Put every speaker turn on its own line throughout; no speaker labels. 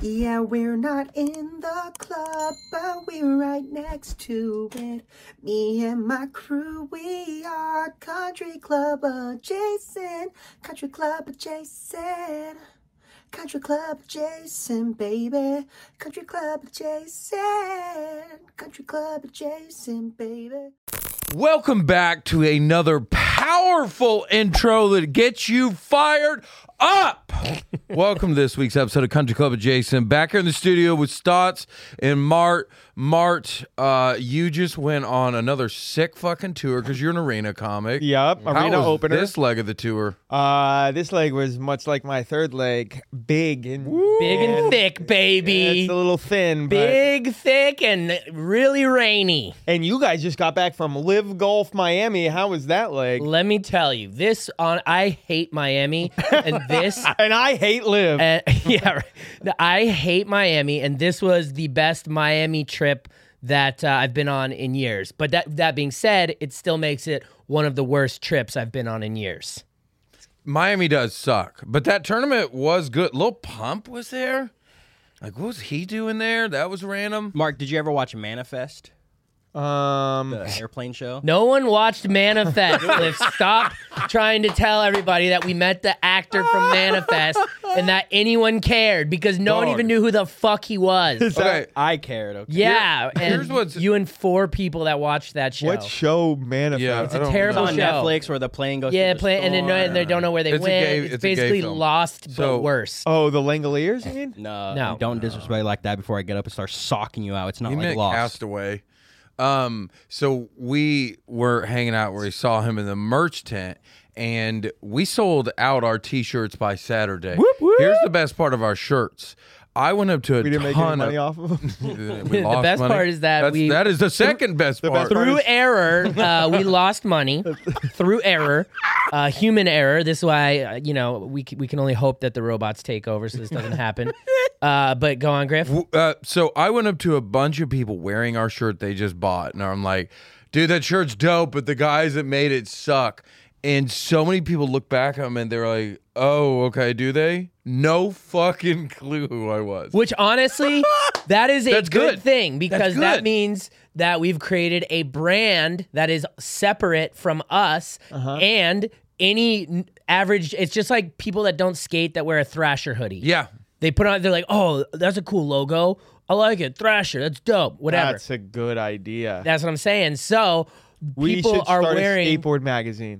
Yeah, we're not in the club, but we're right next to it. Me and my crew, we are country club adjacent. Country club adjacent. Country club adjacent, baby. Country club adjacent. Country club adjacent, baby.
Welcome back to another powerful intro that gets you fired up. Welcome to this week's episode of Country Club Adjacent. Back here in the studio with Stotts and Mart. Mart, uh, you just went on another sick fucking tour because you're an arena comic.
Yep,
How
arena
was
opener.
This leg of the tour.
uh, this leg was much like my third leg, big and
Big and thick, baby.
It's a little thin, but
Big, thick, and really rainy.
and you guys just got back from Live Golf Miami. How was that leg?
Let me tell you, this on I hate Miami, and this,
And I hate Live.
and, yeah, right. The- I hate Miami, and this was the best Miami trip that uh, I've been on in years. But that that being said, it still makes it one of the worst trips I've been on in years.
Miami does suck, but that tournament was good. Lil Pump was there. Like, what was he doing there? That was random.
Mark, did you ever watch Manifest,
um,
the airplane show?
No one watched Manifest. Cliff. Stop trying to tell everybody that we met the actor from Manifest and that anyone cared because no one
Dog.
even knew who the fuck he was.
Okay.
I cared. Okay.
Yeah, and
here's what's-
you and four people that watched that show.
What show manifest?
Yeah, I don't
terrible
know.
on
show.
Netflix where the plane goes.
yeah,
through the
play, and, then, and they
storm.
don't know where they
It's a
went.
gay-
it's,
it's a gay
basically
film.
lost,
So-
but worse.
Oh, the Langoliers. You mean?
No,
No.
don't disrespect like that before I get up and start socking you out. It's not
He
like
meant
lost.
Castaway. Um, so we were hanging out where we saw him in the merch tent, and we sold out our t-shirts by Saturday. Here's the best part of our shirts. I went up to a
We didn't make any
ton
money
of.
off of them.
we
The
lost
best
money.
part is that
That's-
we-
that is the second best part.
best part
through
is-
error, uh, we lost money. through error, uh, human error. This is why uh, you know we c- we can only hope that the robots take over, so this doesn't happen. Uh, but go on, Griff.
W- uh, so I went up to a bunch of people wearing our shirt they just bought, and I'm like, dude, that shirt's dope, but the guys that made it suck. And so many people look back at them and they're like, oh, okay, do they? No fucking clue who I was.
Which honestly, that is a
That's
good,
good.
thing because that
good.
means that we've created a brand that is separate from us
Uh-huh.
and any n- average. It's just like people that don't skate that wear a Thrasher hoodie.
Yeah.
They put on, they're like, oh, that's a cool logo. I like it. Thrasher, that's dope. Whatever. That's,
That's a good idea.
what I'm saying. So
we
people
should
are
start a
wearing.
skateboard magazine.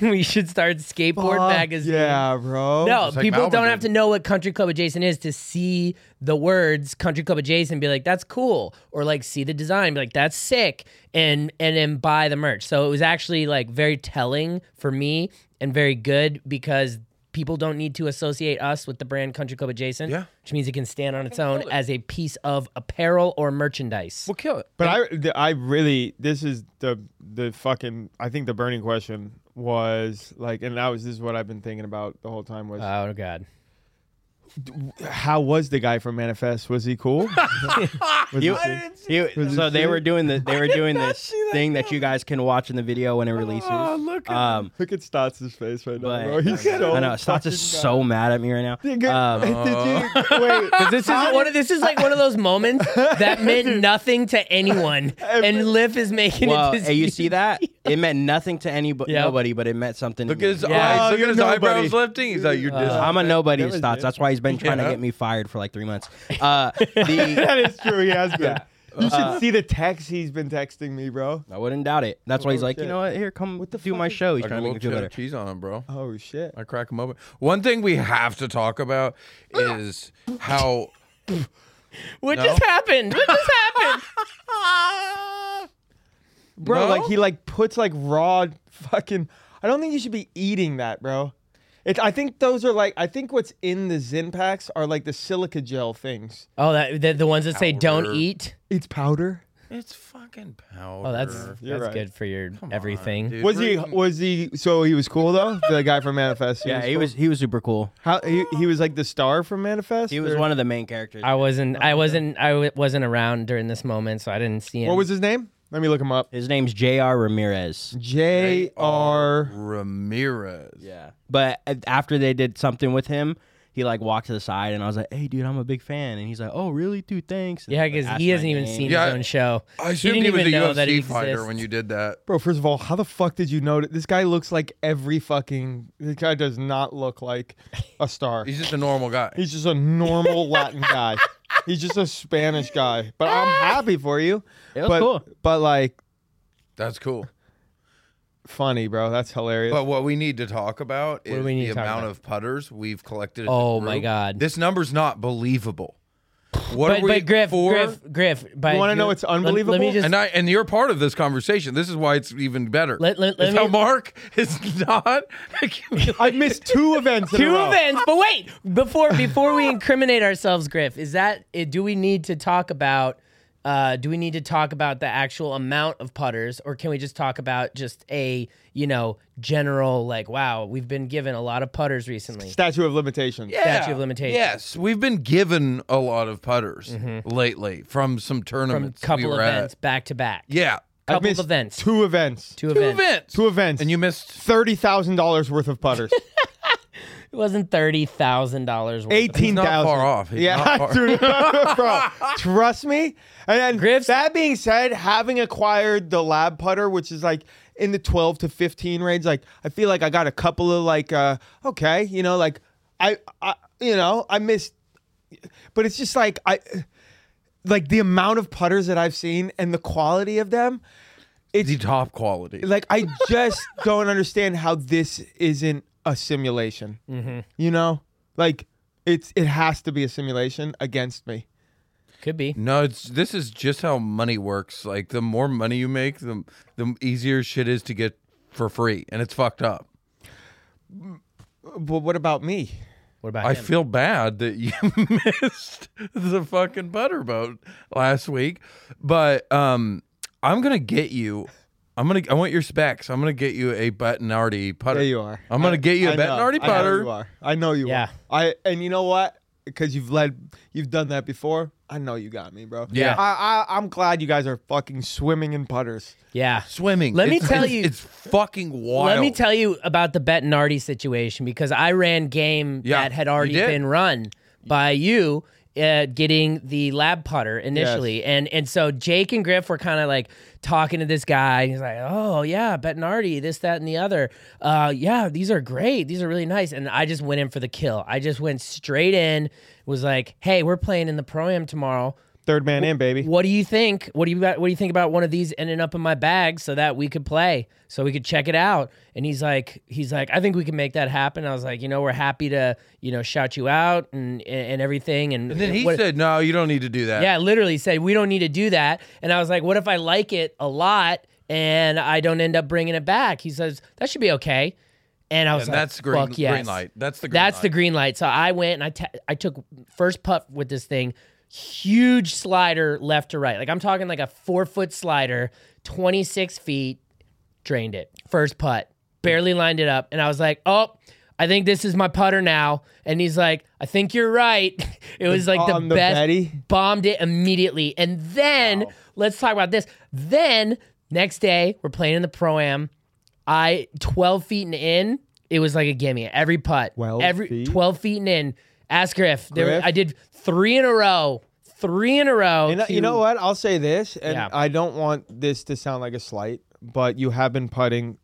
we should start skateboard
Fuck
magazine.
Yeah, bro.
No,
like
people
Malvin
don't
did.
have to know what Country Club Adjacent is to see the words Country Club Adjacent and be like, that's cool. Or like see the design, be like, that's sick. And and then buy the merch. So it was actually like very telling for me and very good because people don't need to associate us with the brand Country Club Adjacent.
Yeah.
Which means it can stand on its own as a piece of apparel or merchandise.
We'll kill it.
But I, th- I really, this is the the fucking. I think the burning question was like, and that was this is what I've been thinking about the whole time was
Uh,
Oh god.
how was the guy from Manifest? Was he cool? Was
You-
he-
You-
Was it
so they
shit?
were doing the they were doing this thing that Ah, you guys can watch in the video when it releases.
look
um,
look at Stotts' face right now,
but
bro. He's so.
I know Stotts is
fucking
so mad at me right now.
mad.
Um,
Did you- wait,
This is one of this is like one of those moments that meant nothing to anyone, and Liff is making
well,
it. This
hey, you see that? It meant nothing to anybody,
Yeah.
nobody, but it meant something.
Look
to
at
me.
his
Yeah.
eyes. Look
Oh,
at his
you're
eyebrows
nobody.
lifting. He's like, you're dis-
Uh, I'm a nobody
That
to
was
Stotts.
it.
That's why he's been trying
Yeah.
to get me fired for like three months. Uh, the,
that is true. He has been. You should
Uh,
see the text he's been texting me, bro.
I wouldn't doubt it. That's why he's
Oh,
like, you
shit.
know what? Here, come do my show. He's
like a
trying to
little
make me feel
cheddar
better.
cheese on him, bro.
Oh shit.
I crack him open. One thing we have to talk about is how.
What
No?
just happened? What just happened?
bro.
No?
Like he like puts like raw fucking. I don't think you should be eating that, bro. It, I think those are like I think what's in the Zin packs are like the silica gel things.
Oh, that the, the ones that say
Powder.
"don't eat."
It's powder.
It's fucking powder.
Oh, that's
You're
that's
right.
good for your everything.
dude.
Was he?
Freaking-
Was he? So he was cool though. The guy from Manifest.
Yeah, he
cool?
was he was super cool.
How he, he was like the star from Manifest.
He was
or-
one of the main characters.
I wasn't. I wasn't. I w- wasn't around during this moment, so I didn't see him.
What was his name? Let me look him up.
His name's J.R. Ramirez.
J R.
Ramirez.
Yeah. But a- after they did something with him, he like walked to the side, and I was like, "Hey, dude, I'm a big fan." And he's like, "Oh, really, dude? Thanks." And,
Yeah,
like,
because
asked
he
my
hasn't even
name.
seen
Yeah,
his own show.
I
he
assumed
didn't
he was a
even know that he
UFC fighter
exists.
when you did that.
Bro, first of all, how the fuck did you know that this guy looks like every fucking this guy does not look like a star.
He's just a normal guy.
He's just a normal Latin guy. He's just a Spanish guy. But I'm happy for you.
It was
but,
cool.
But like
That's cool.
funny, bro. That's hilarious.
But what we need to talk about
do
is
we need
the
to talk
amount
about?
of putters we've collected. as a
Oh, my
group.
God.
This number's not believable. What
But,
are we
but Griff,
for?
Griff, Griff, but
You wanna know
you-
what's
let- Let, me
unbelievable?
just
And I and you're part of this conversation. This is why it's even better.
Let- let- let
It's
me-
how Mark is not.
I missed two events. in a
two
row.
events. But wait, before before we incriminate ourselves, Griff, is that eh, do we need to talk about? Uh, do we need to talk about the actual amount of putters, or can we just talk about just a you know general like wow we've been given a lot of putters recently?
Statue of limitations.
Statute of limitations. Mm-hmm.
Yes, we've been given a lot of putters lately from some
From
tournaments.
couple
we were at.
events back to back.
Yeah,
I've
couple of
missed
events.
Two events.
Two,
two
events.
events.
Two events.
and you missed.
thirty thousand dollars worth of putters.
It wasn't thirty thousand dollars. worth. of-
Eighteen
not
thousand.
far off. He's
yeah,
not far-
dude, bro. Trust me. And then
Griff's-
that being said, having acquired the lab putter, which is like in the twelve to fifteen range, like I feel like I got a couple of like, uh, okay, you know, like I, I, you know, I missed, but it's just like I, like the amount of putters that I've seen and the quality of them.
The top quality.
like I just don't understand how this isn't a simulation.
Mm-hmm.
You know, like it's it has to be a simulation against me.
Could be.
No, it's this is just how money works. Like the more money you make, the the easier shit is to get for free, and it's fucked up.
But what about me?
What about
I
him?
feel bad that you missed the fucking butterboat last week, but um, I'm gonna get you. I'm gonna. I want your specs. I'm gonna get you a Bettinardi putter.
There you are.
I'm gonna get you a
I know.
Bettinardi
I know you
putter.
are. I know you
Yeah.
are. I and you know what? Because you've led, you've done that before. I know you got me, bro.
Yeah.
I, I I'm glad you guys are fucking swimming in putters.
yeah.
Swimming.
Let me
It's-
tell
it's-
you-
it's fucking wild.
Let me tell you about the Bettinardi situation because I ran game
Yeah,
that had
you
already
did.
been run by you. Uh, getting the lab putter initially, and and so Jake and Griff were kind of like talking to this guy, and he's like, "Oh yeah, Bettinardi, this, that, and the other. Uh, yeah, these are great. These are really nice." And I just went in for the kill. I just went straight in. Was like, "Hey, we're playing in the pro am tomorrow.
Third man in, baby.
What do you think? What do you what do you think about one of these ending up in my bag so that we could play, so we could check it out? And he's like, he's like, I think we can make that happen. I was like, you know, we're happy to, you know, shout you out and and, and everything. And,
And then he
what-
said, "No, you don't need to do that."
yeah, literally said we don't need to do that. And I was like, what if I like it a lot and I don't end up bringing it back? He says that should be okay. And I was
and
like,
that's green,
fuck yes.
green light. That's the green
That's the
light.
green light. So I went and I ta- I took first putt with this thing, huge slider left to right. Like I'm talking like a four foot slider, 26 feet, drained it. First putt, barely lined it up, and I was like, oh. I think this is my putter now. And he's like, I think you're right. It was like the
on the
best
Betty?
bombed it immediately. And then let's talk about this. Then next day, we're playing in the pro am. I twelve feet and in, it was like a gimme. Every putt,
12
every
feet?
twelve feet and in. Ask Griff. There,
Griff?
I did three in a row. Three in a row.
You know, you
to-
know what? I'll say this, and
Yeah.
I don't want this to sound like a slight, but you have been putting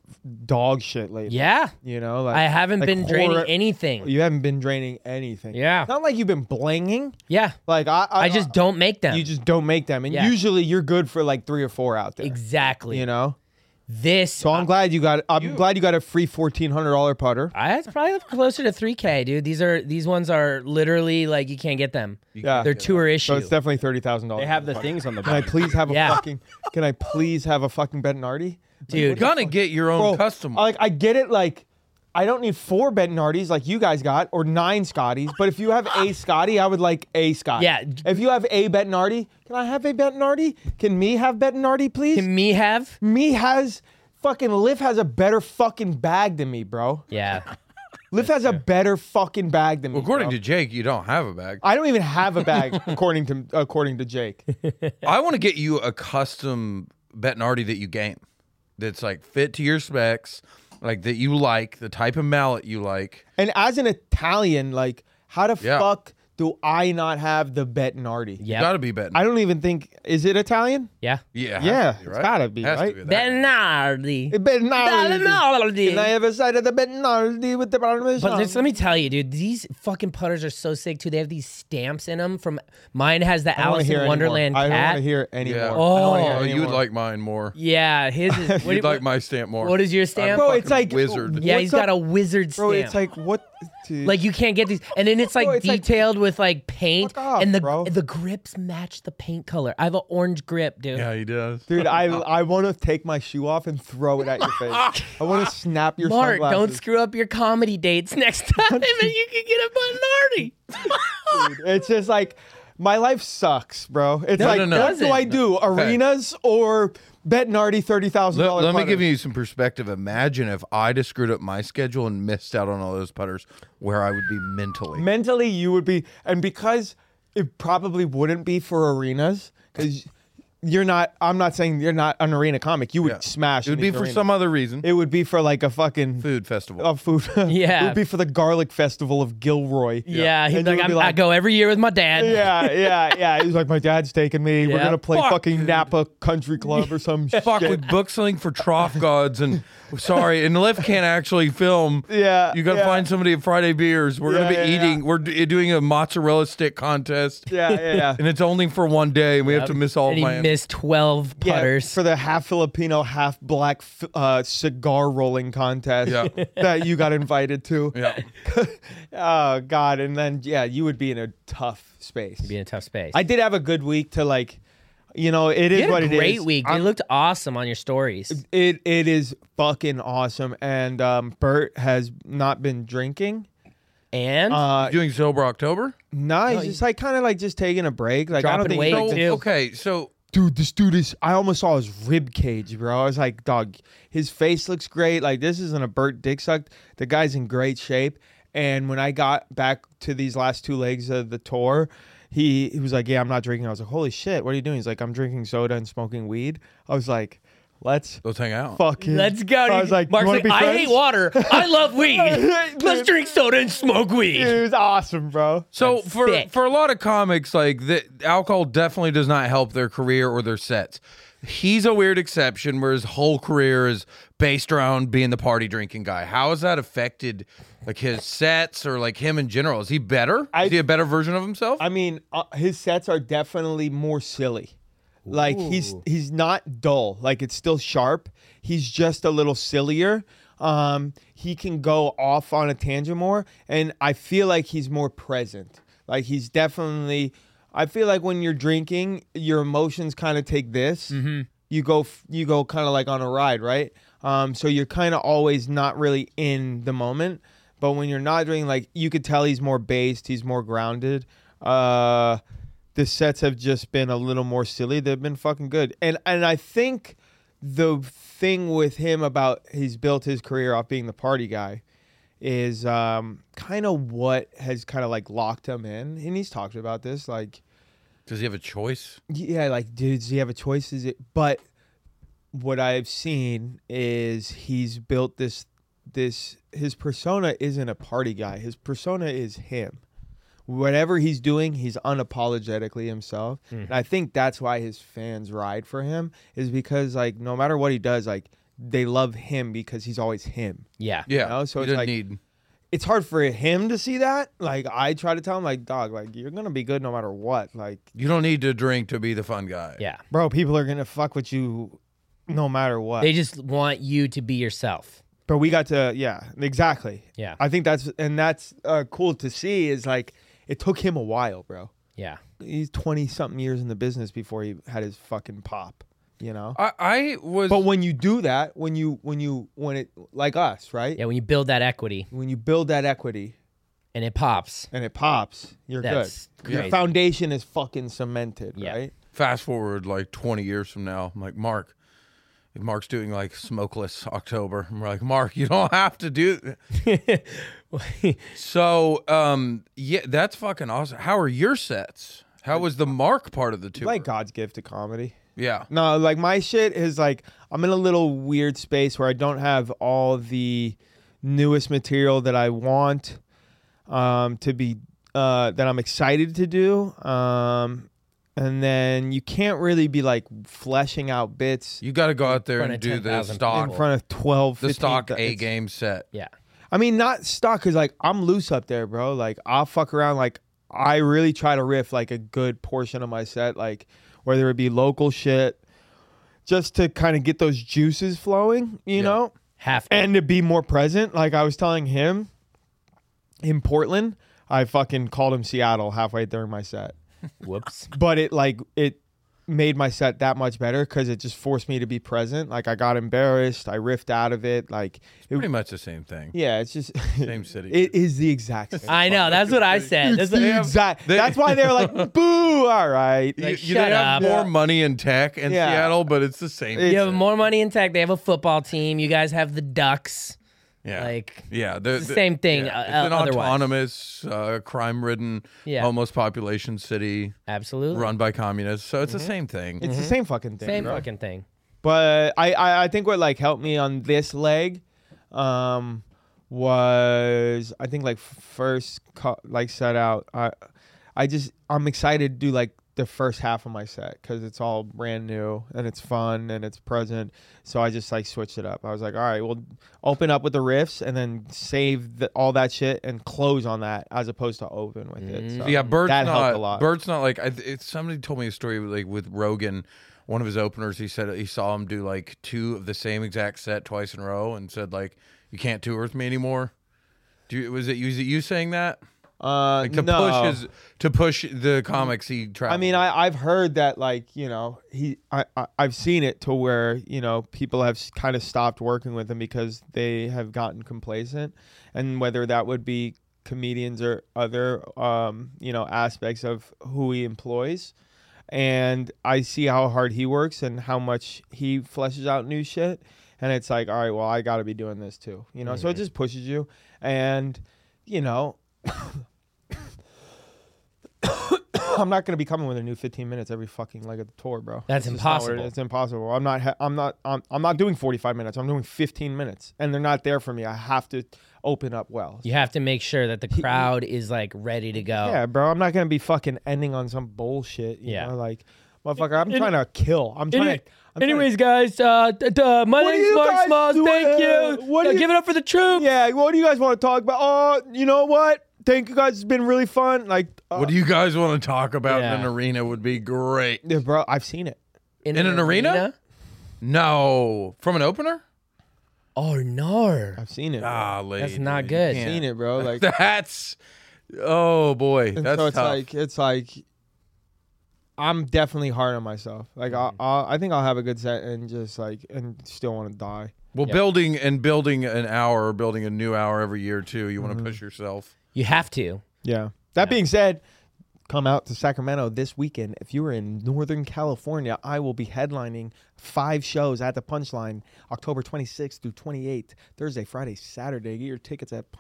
dog shit lately.
Yeah,
You know, like
I haven't
like
been draining
horror-
anything.
You haven't been draining anything.
Yeah.
It's not like you've been blinging.
Yeah,
Like I, I,
I just don't make them.
You just don't make them, and
Yeah.
usually you're good for like three or four out there.
exactly.
You know.
This.
So I'm glad you got. I'm glad you got a free fourteen hundred dollar putter.
I, it's probably closer to three k, dude. These are these ones are literally like you can't get them.
Yeah.
They're tour issue.
So it's definitely thirty thousand dollars.
They have the things on the
Can I
back.
please have a
Yeah.
fucking? Can I please have a fucking Bettinardi?
You're
dude.
gonna get your own
Bro,
custom.
Like I get it. Like I don't need four Bettinardis like you guys got, or nine Scotties. But if you have a Scotty, I would like a Scotty.
Yeah.
If you have a Bettinardi, can I have a Bettinardi? Can me have Bettinardi, please?
Can me have?
me has fucking Liv has a better fucking bag than me, bro.
Yeah.
Liv has a better fucking bag than me.
According
bro.
to Jake, you don't have a bag.
I don't even have a bag, according to according to Jake.
I want to get you a custom Bettinardi that you game that's like fit to your specs, like that you like, the type of mallet you like.
And as an Italian, like How the
Yeah.
fuck do I not have the Bettinardi?
You
Yeah.
Gotta be betting.
I don't even think is it Italian?
yeah.
yeah, it has
Yeah,
to be,
it's
right?
gotta be,
Has to
right?
be that.
Bernardi.
It Bettinardi.
Bernardi.
Can I have a side of the Bettinardi with the Parmesan?
But just let me tell you, dude, these fucking putters are so sick too. They have these stamps in them. From mine has the
I don't wanna
Alice
hear
in
anymore.
Wonderland
I don't want
cat.
to hear anymore.
Yeah.
I don't wanna hear
Oh,
Oh, you would
anymore.
like mine more.
Yeah, his is. What, do you-
You'd like my stamp more.
what is your stamp?
Bro, it's
fucking
like
wizard.
yeah,
what's
he's got
up-
a wizard stamp.
Bro, it's like what? Dude.
Like you can't get these, and then it's like
Bro, it's like-
detailed with like paint,
Fuck off,
and the
bro.
the grips match the paint color. I have an orange grip, dude.
Yeah, he does.
Dude, I I want to take my shoe off and throw it at your face. I want to snap your
Mark,
sunglasses.
don't screw up your comedy dates next time, and you can get a Bernardi.
dude. It's just like my life sucks, bro. It's like
no, no.
what do I do? Arenas or Bettinardi thirty thousand
Let,
dollars?
let me give you some perspective. Imagine if I just screwed up my schedule and missed out on all those putters, where I would be mentally.
mentally you would be, and because it probably wouldn't be for arenas because you're not. I'm not saying you're not an arena comic. You would
Yeah.
smash.
It would
in
be
the
for
arena.
some other reason.
It would be for like a fucking
Food festival.
a food. it
Yeah.
would be for the garlic festival of Gilroy.
Yeah,
And
he'd be
you
like,
would
I'm,
be
I go every year with my dad.
yeah, yeah, yeah. He's like, my dad's taking me. We're
Yeah.
gonna play
Fuck,
fucking
dude.
Napa Country Club or some shit.
Fuck, we booked something for Trough Gods, and sorry, and Lift can't actually film.
Yeah,
you gotta
yeah.
find somebody at Friday Beers. We're gonna
Yeah,
be
yeah,
eating. We're d- doing a mozzarella stick contest,
Yeah, yeah, yeah.
and it's only for one day, and we have to miss all
and he
plans.
missed 12
Yeah,
putters.
for the half Filipino, half black f- uh, cigar rolling contest
Yeah.
that you got invited to.
yeah,
oh God! And then yeah, you would be in a tough space.
be in a tough space.
I did have a good week to like, you know, it is
you had
what
a
it is.
great week.
I'm-
you looked awesome on your stories.
It it is fucking awesome, and um, Bert has not been drinking.
And
Uh,
doing sober October.
no, he's just like kind of like just taking a break. Like I don't think
Dropping weight,
like,
So,
the-
too.
okay, so
dude, this dude is. I almost saw his rib cage, bro. I was like, dog, his face looks great. Like this isn't a Burt dick suck. The guy's in great shape. And when I got back to these last two legs of the tour, he he was like, yeah, I'm not drinking. I was like, holy shit, what are you doing? He's like, I'm drinking soda and smoking weed. I was like, let's
let's hang out.
fucking
Let's go.
I was like,
Mark's
you wanna
like,
be
I
friends?
hate water. I love weed. Let's drink soda and smoke weed.
It was awesome, bro.
So for
sick.
for a lot of comics, like the alcohol definitely does not help their career or their sets. He's a weird exception where his whole career is based around being the party drinking guy. How has that affected like his sets or like him in general? Is he better?
I-
is he a better version of himself?
I mean, uh, his sets are definitely more silly. Like he's he's not dull. Like it's still sharp. He's just a little sillier. Um, he can go off on a tangent more, and I feel like he's more present. Like he's definitely. I feel like when you're drinking, your emotions kind of take this. You go f- you go kind of like on a ride, right? Um, so you're kind of always not really in the moment. But when you're not drinking, like you could tell he's more based, he's more grounded. Uh, the sets have just been a little more silly. They've been fucking good, and and I think the thing with him about he's built his career off being the party guy is um, kind of what has kind of like locked him in, and he's talked about this like
does he have a choice?
yeah, like, dude, does he have a choice? Is it? But what I've seen is he's built this. This his persona isn't a party guy. His persona is him. Whatever he's doing, he's unapologetically himself. And I think that's why his fans ride for him is because like no matter what he does, like they love him because he's always him
Yeah.
Yeah.
No, so
he
it's
doesn't
like-
need
it's hard for him to see that. Like I try to tell him, like, dog, like you're gonna be good no matter what. Like
you don't need to drink to be the fun guy.
Yeah.
bro, people are gonna fuck with you no matter what.
They just want you to be yourself.
but we got to, yeah, exactly.
Yeah.
I think that's and that's uh, cool to see. Is like it took him a while, bro.
Yeah.
He's twenty something years in the business before he had his fucking pop. You know.
I, I was
But when you do that, when you when you when it like us, right?
Yeah. When you build that equity
When you build that equity
and it pops,
and it pops, you're
that's
good. Your
crazy.
foundation is fucking cemented,
Yeah.
right?
fast forward like 20 years from now, I'm like, Mark, if Mark's doing like smokeless October, I'm like, Mark, you don't have to do. so, um, yeah, that's fucking awesome. How are your sets? How was the Mark part of the tour?
Like uh, God's gift to comedy.
yeah,
No, like my shit is like I'm in a little weird space where I don't have all the newest material that I want um, to be uh, that I'm excited to do. Um, and then you can't really be like fleshing out bits
You got to go out there
front
and
of
do the
10,000
stock,
in front of 12,
the
15
stock
th-
A
it's-
game set.
Yeah.
I mean, not stock because like I'm loose up there, bro. Like I'll fuck around. Like I really try to riff like a good portion of my set, like whether it be local shit, just to kind of get those juices flowing, you know,
Half.
and to be more present. Like I was telling him in Portland, I fucking called him Seattle halfway during my set,
whoops.
but it like it made my set that much better because it just forced me to be present. Like I got embarrassed, I riffed out of it. Like it,
Pretty much the same thing.
yeah, it's just
Same city.
It is the exact same.
I know. That's what I said.
It's
That's
the
what-
exact.
they-
that's why they're like, boo, all right.
You-
Like,
you-
shut
they have
up.
more
Yeah.
money in tech in
Yeah.
Seattle, but it's the same.
It's-
you
yeah,
have more money in tech. They have a football team. You guys have the Ducks.
yeah,
Like
yeah, they're-
the
they're-
same thing,
yeah.
uh,
it's an
otherwise.
autonomous, uh, crime-ridden,
Yeah.
almost population city
absolutely
run by communists. So it's the same thing.
Mm-hmm. It's the same fucking thing.
same
bro.
fucking thing.
But I, I, I think what like helped me on this leg, um, was I think like first co- like set out. I, I just I'm excited to do like the first half of my set because it's all brand new and it's fun and it's present. So I just like switched it up. I was like, all right, we'll open up with the riffs and then save the, all that shit and close on that as opposed to open with it. So
Mm. Mm-hmm. yeah, Bert's
that
not.
helped a lot.
Bert's not like. I, th- it's, somebody told me a story like with Rogan, one of his openers. He said he saw him do like two of the same exact set twice in a row, and said like, "You can't tour with me anymore." Do you, was it you? Was it you saying that?
uh,
Like to
no.
push his to push the comics he travels.
I mean, I, I've heard that, like, you know, he, I, I, I've seen it to where, you know, people have kind of stopped working with him because they have gotten complacent. And whether that would be comedians or other, um, you know, aspects of who he employs. And I see how hard he works and how much he fleshes out new shit. And it's like, all right, well, I got to be doing this too, you know? So it just pushes you. And, you know, I'm not going to be coming with a new 15 minutes every fucking leg of the tour, bro.
That's
It's just not what it
impossible.
is. It's impossible. I'm not. ha- I'm not. I'm, I'm not doing 45 minutes. I'm doing 15 minutes, and they're not there for me. I have to open up well.
You have to make sure that the crowd is like ready to go.
Yeah, bro. I'm not gonna be fucking ending on some bullshit. You
Yeah.
know, like, motherfucker. I'm trying to kill. I'm trying. to, I'm trying to-
Anyways, guys, uh, d- d- uh, my
What do
name's
you
Mark
guys
Smalls.
do-
Thank
uh,
you.
what do
Uh,
you-
give it up for the troops.
yeah. What do you guys want to talk about? Oh, you know what? Thank you guys. It's been really fun. Like, uh,
what do you guys want to talk about in an
Yeah.
arena would be great.
yeah, bro. I've seen it.
In an arena? No, from an opener?
Oh no,
I've seen it. bro.
Ah, lady,
that's not
you
good.
can't.
I've seen it, bro. Like,
That's oh boy,
And
that's
so it's
tough.
like it's like I'm definitely hard on myself. Like I'll, I'll, I think I'll have a good set and just like and still want to die.
well, building and building an hour, building a new hour every year too. You want
Mm-hmm.
to push yourself.
You have to.
Yeah. That being said, come out to Sacramento this weekend. If you are in Northern California, I will be headlining five shows at the Punchline, October 26th through 28th, Thursday, Friday, Saturday. Get your tickets at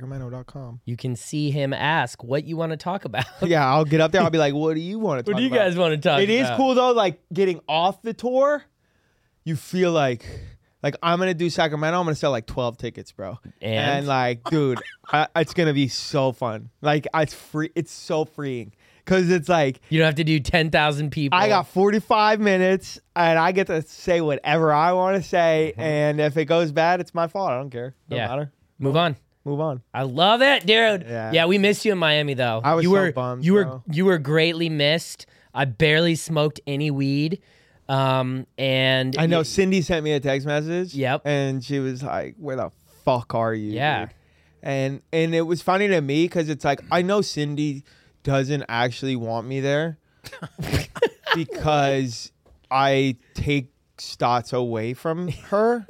punchlinesacramento.com.
You can see him ask what you want to talk about.
Yeah, I'll get up there. I'll be like, "What do you want to talk
what do you
about?"
guys want to talk?
It is
about?
cool though, like getting off the tour, you feel like like I'm gonna do Sacramento, I'm gonna sell like twelve tickets, bro.
And?
like, dude, I, it's gonna be so fun. Like it's free it's so freeing. Cause it's like
You don't have to do ten thousand people.
I got 45 minutes and I get to say whatever I want to say. And if it goes bad, it's my fault. I don't care. Don't
Mm-hmm. Yeah.
matter.
move on.
Move on.
I love it, dude.
Yeah.
Yeah. we missed you in Miami though.
I was
you
so
were,
bummed,
You were
bro.
you were greatly missed. I barely smoked any weed. Um and
I know Cindy sent me a text message.
Yep.
And she was like, "Where the fuck are you?"
Yeah.
dude?" And and it was funny to me because it's like I know Cindy doesn't actually want me there because I take Stotts away from her.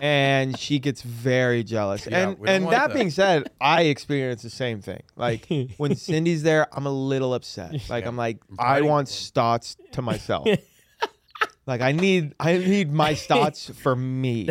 And she gets very jealous.
Yeah,
and
we don't
and
want
that
that.
being said, I experience the same thing. Like when Cindy's there, I'm a little upset. Like I'm like, I
fighting
want Stotts to myself. Like I need I need my stots for me.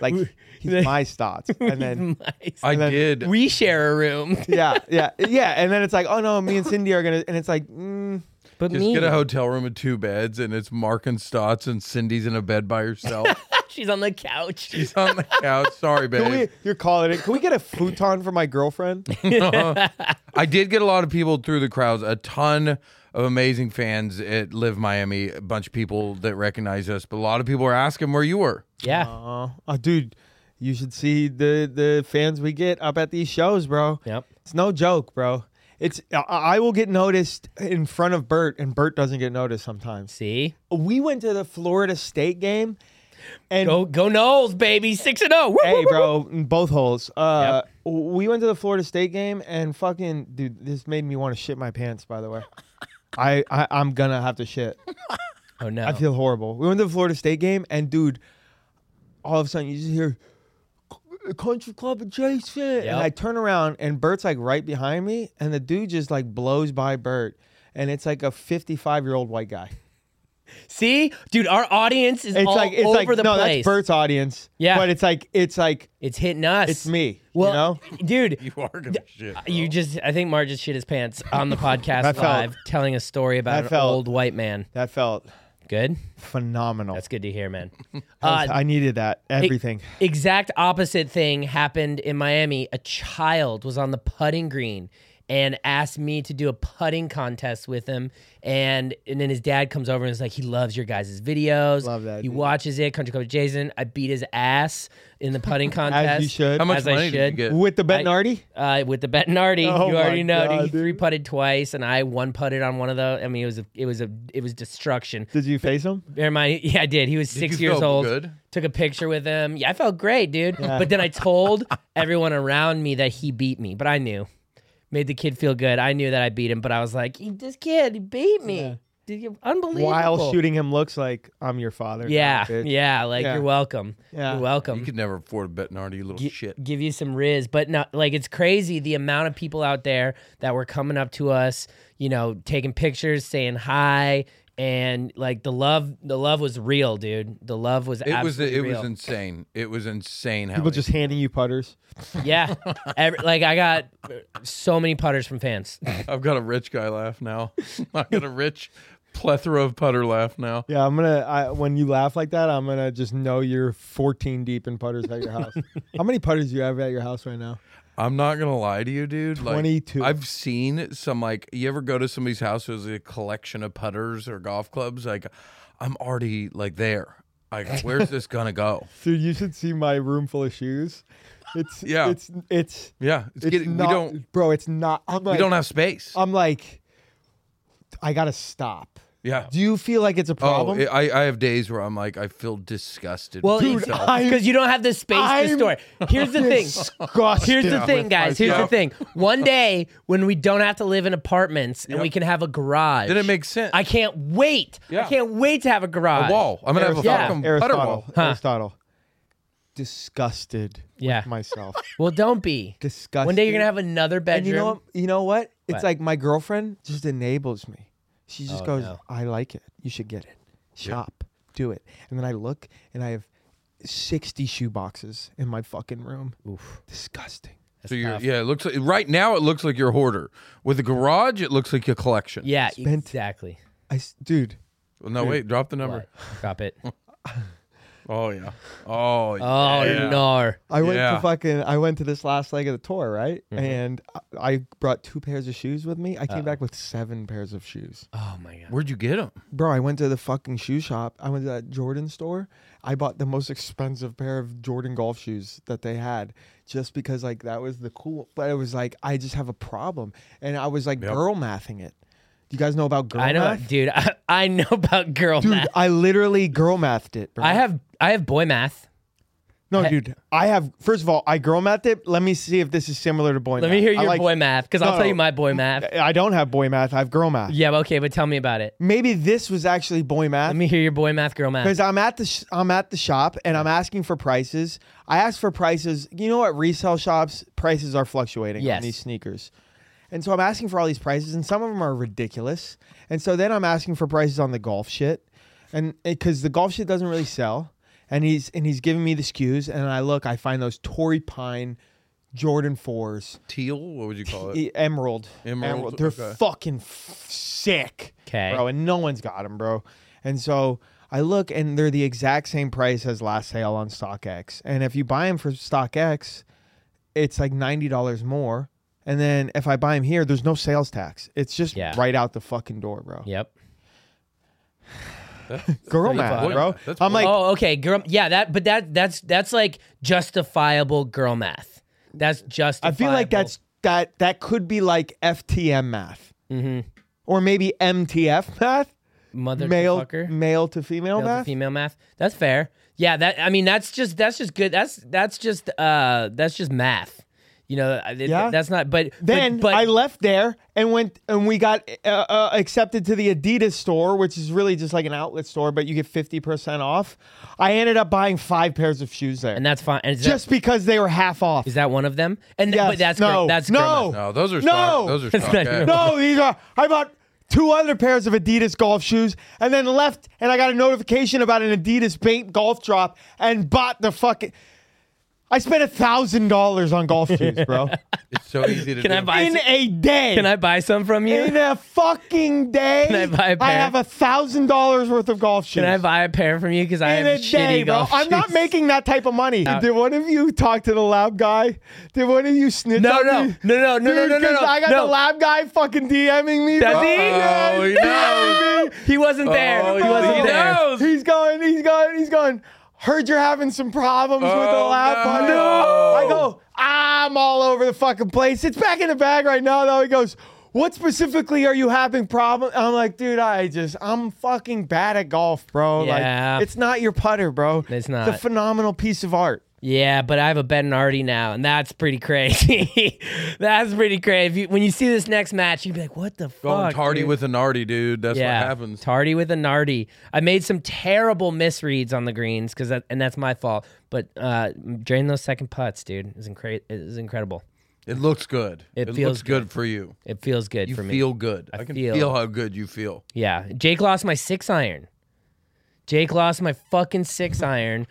Like he's my stots. And then
Nice.
I
then-
did.
we share a room.
yeah, yeah, yeah. And then it's like, oh no, me and Cindy are gonna and it's like, mm,
But
just
me.
get a hotel room with two beds, and it's Mark and Stotts, and Cindy's in a bed by herself.
She's on the couch.
She's on the couch. Sorry,
Can we,
babe.
you're calling it. Can we get a futon for my girlfriend?
Uh-huh. I did get a lot of people through the crowds, a ton of amazing fans at Live Miami, a bunch of people that recognize us, but a lot of people were asking where you were.
Yeah.
Uh, oh, dude, you should see the the fans we get up at these shows, bro.
Yep.
It's no joke, bro. It's I, I will get noticed in front of Bert, and Bert doesn't get noticed sometimes.
See,
We went to the Florida State game, and
go go Knowles, baby, six and oh. zero.
hey, bro, in both holes. Uh, We went to the Florida State game, and fucking dude, this made me want to shit my pants. By the way, I, I I'm gonna have to shit.
Oh no.
I feel horrible. We went to the Florida State game, and dude, all of a sudden you just hear Country Club adjacent, and
Yep.
I turn around, and Bert's like right behind me, and the dude just like blows by Bert, and it's like a 55 year old white guy.
See, dude, our audience is
It's
all
like it's
over
like
the
no,
place.
that's Bert's audience.
Yeah.
but it's like it's like
It's hitting us.
it's me.
Well,
you know,
dude,
You are going to shit.
You just, I think Marge just shit his pants on the podcast
That felt-
live, telling a story
that
about an
felt-
old white man.
that felt
Good.
phenomenal.
That's good to hear, man.
I was-
Uh,
I needed that. Everything.
exact opposite thing happened in Miami. A child was on the putting green and asked me to do a putting contest with him. And and then his dad comes over and is like, he loves your guys' videos.
Love that,
He
dude.
watches it. Country Club Jason. I beat his ass in the putting contest.
As you should.
How much
As I
money did
should.
you get?
with the
I-
Bettinardi?
uh, with the Bettinardi.
Oh
you already
my
know
God,
he
dude.
three putted twice, and I one putted on one of those. I mean, it was a, it was a, it was destruction.
Did you face him?
Bear in mind, yeah, I did. He was six
you
years
feel
old.
good?
Took a picture with him. Yeah, I felt great, dude. But then I told everyone around me that he beat me, but I knew. Made the kid feel good. I knew that I beat him, but I was like, he, this kid, he beat me. Dude, you're unbelievable.
While shooting him looks like I'm your father.
Yeah,
bitch.
yeah. Like
Yeah.
you're welcome.
Yeah.
You're welcome.
You could never afford a Bettinardi, you little shit.
give you some riz but not like it's crazy the amount of people out there that were coming up to us you know taking pictures saying hi and like the love the love was real dude the love was
It was
absolutely
it
real.
was insane. It was insane how
People
many-
just handing you putters.
yeah Every, like i got so many putters from fans
I've got a rich guy laugh now. I've got a rich plethora of putter laugh now.
Yeah, I'm gonna. I, when you laugh like that, I'm gonna just know you're 14 deep in putters at your house. How many putters do you have at your house right now?
I'm not gonna lie to you, dude. Like,
22.
I've seen some like you ever go to somebody's house who's a collection of putters or golf clubs. Like, I'm already like there. Like, where's this gonna go?
Dude, you should see my room full of shoes. It's
Yeah.
It's it's
Yeah, it's,
it's
getting.
not,
we don't.
bro. It's not. I'm like, Oh,
We don't have space.
I'm like, I gotta stop.
yeah.
Do you feel like it's a
Oh,
problem?
it- I I have days where I'm like I feel disgusted.
well
with
Dude,
myself.
I'm-
because you don't have the space to
I'm
store it. here's the thing
Disgusted
Here's the
with
thing, guys. Here's the
myself.
thing. One day when we don't have to live in apartments and we can have a garage,
Then it makes sense.
I can't wait.
Yeah.
I can't wait to have a garage.
a wall. I'm gonna have a
Aristotle.
fucking putter
Aristotle.
wall.
Aristotle. Disgusted
Yeah.
with myself.
Well, don't be.
Disgusted.
One day you're gonna have another
And
bedroom.
you know what? You know what? It's
What?
like my girlfriend just enables me. She just
Oh,
goes,
no.
"I like it. You should get it. Shop. Do it." And then I look, and I have sixty shoe boxes in my fucking room. Oof. Disgusting.
So you're yeah. It looks like right now it looks like you're a hoarder. With a garage, it looks like a collection.
yeah,
Spent-
exactly.
I s- dude.
Well, no, wait. Drop the number.
What? Drop it. Oh
Oh yeah. Oh. yeah.
no.
I went
Yeah.
to fucking. I went to this last leg of the tour, right?
Mm-hmm.
And I- I brought two pairs of shoes with me. I came back with seven pairs of shoes.
Oh my god.
Where'd you get them?
Bro, I went to the fucking shoe shop. I went to that Jordan store. I bought the most expensive pair of Jordan golf shoes that they had just because like that was the cool but it was like I just have a problem. And I was like girl mathing it. You guys know about girl
I know,
math?
dude. I, I know about girl
Dude,
math.
I literally girl mathed it, bro.
I have I have boy math.
no, dudude. I have first of all, I girl mathed it. Let me see if this is similar to boy
Let
math.
me hear
I
your
like-
boy math because I'll
No,
tell
no.
you my boy math.
I don't have boy math, I have girl math.
Yeah, okay, but tell me about it.
Maybe this was actually boy math.
Let me hear your boy math, girl math.
Because I'm at the sh- I'm at the shop and I'm asking for prices. I asked for prices. You know what? Resale shops prices are fluctuating on
Yes.
these sneakers, and so I'm asking for all these prices, and some of them are ridiculous. And so then I'm asking for prices on the golf shit, and because the golf shit doesn't really sell, and he's and he's giving me the SKUs, and I look, I find those Tory Pine Jordan fours,
Teal? What would you call it?
e- emerald,
Emerald,
They're
okay.
fucking f- sick,
'Kay.
bro, and no one's got them, bro. And so I look and they're the exact same price as last sale on StockX. And if you buy them for StockX, it's like ninety dollars more. And then if I buy them here, there's no sales tax. It's just
Yeah.
right out the fucking door, bro.
Yep.
Girl
pretty
math,
fun.
bro.
That's
I'm like,
oh, okay. Girl, yeah, that but that that's that's like justifiable girl math. That's
I
justifiable.
feel like that's that that could be like FTM math,
Mhm.
or maybe MTF math,
mother
male
fucker.
male to female
male
math.
to female math. That's fair. Yeah, that I mean that's just that's just good. That's that's just uh that's just math. You know, I- it-
Yeah.
that's not but but-
Then
but,
I left there and went and we got uh, uh, accepted to the Adidas store, which is really just like an outlet store, but you get fifty percent off. I ended up buying five pairs of shoes there,
and that's fine. And is
just
that,
because they were half off.
is that one of them? And th-
Yes.
but that's
no,
girl, that's girl
no,
math.
No, those are
No!
stock. Those are
That's
stock.
not
yeah.
your-
no, these are. I bought two other pairs of Adidas golf shoes and then left, and I got a notification about an Adidas paint golf drop and bought the fucking. I spent a thousand dollars on golf shoes, bro,
It's so easy to
Can
do.
I buy
in a day.
Can I buy some from you?
In a fucking day.
Can I buy a
I
pair?
have a thousand dollars worth of golf shoes.
Can I buy a pair from you? Because I
in
have
a
shitty
day, bro.
golf
I'm not
shoes.
making that type of money. Did one of you talk to the lab guy? Did one of you snitch
No,
on
no.
me?
No, no, no, no,
Dude,
no, no,
'cause
no.
I got
No.
the lab guy fucking DMing me.
Does
bro.
he?
Oh, he knows.
He wasn't there.
Oh,
he
he
wasn't there.
knows.
He's going, he's going, he's going. Heard you're having some problems with the
Oh,
lab
no.
buddy.
No.
I go, I'm all over the fucking place. It's back in the bag right now, though. He goes, What specifically are you having problem? I'm like, dude, I just, I'm fucking bad at golf, bro.
Yeah.
Like, it's not your putter, bro.
It's
It's
not.
a phenomenal piece of art.
Yeah, but I have a Bettinardi now, and that's pretty crazy. that's pretty crazy. If you, when you see this next match, you'd be like, "What the fuck?"
Going tardy
dude?
with an arty, dude. That's what happens.
Tardy with a nardy. I made some terrible misreads on the greens because that, and that's my fault. But uh, drain those second putts, dude. It's incre- it is incredible.
It looks good.
It
looks
feels
good. for you.
It feels good
You
for me.
feel good. I, can feel.
feel-
how good you feel.
Yeah, Jake lost my six iron. Jake lost my fucking six iron.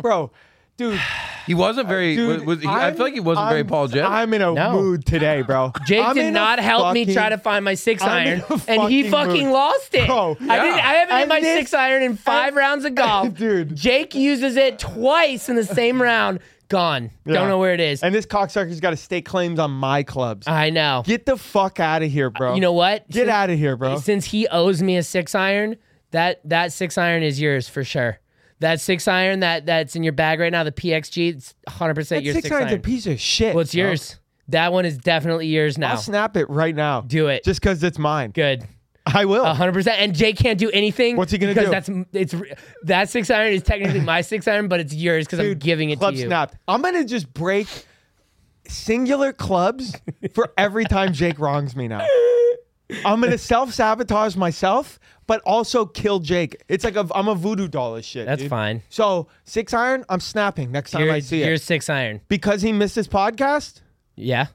Bro, dude,
He wasn't very.
dude
was, he, I
I'm-
feel like he wasn't very
I'm-
apologetic.
I'm in a
No.
mood today, bro.
Jake
I'm in
did
a
not help me
fucking-
try to find my six
I'm
iron,
in a
and he
fucking
fucking
mood.
lost it.
Bro,
I, didn't, I haven't hit
And
my
this-
six iron in five rounds of golf.
Dude.
Jake uses it twice in the same round. Gone.
Yeah.
Don't know where it is.
And this cocksucker's got to stake claims on my clubs.
I know.
Get the fuck out of here, bro.
You know what?
Get
Since-
out of here, bro.
Since he owes me a six iron, that that six iron is yours for sure. That six iron that that's in your bag right now, the PXG, it's 100 percent your six iron.
a piece of shit.
What's
bro.
yours? That one is definitely yours now.
I'll snap it right now.
Do it. uh,
Just because it's mine.
Good.
I will.
hundred percent. And Jay can't do anything.
What's he gonna
because
do?
That's it's that six iron is technically my six iron, but it's yours because I'm
Dude,
giving it
club
to you.
snapped. I'm gonna just break singular clubs for every time Jake wrongs me now. I'm gonna self sabotage myself, but also kill Jake. It's like a, I'm a voodoo doll of shit.
That's
dude.
fine.
So six iron, I'm snapping next time
Your,
I see
your
it.
six iron.
Because he missed his podcast,
Yeah,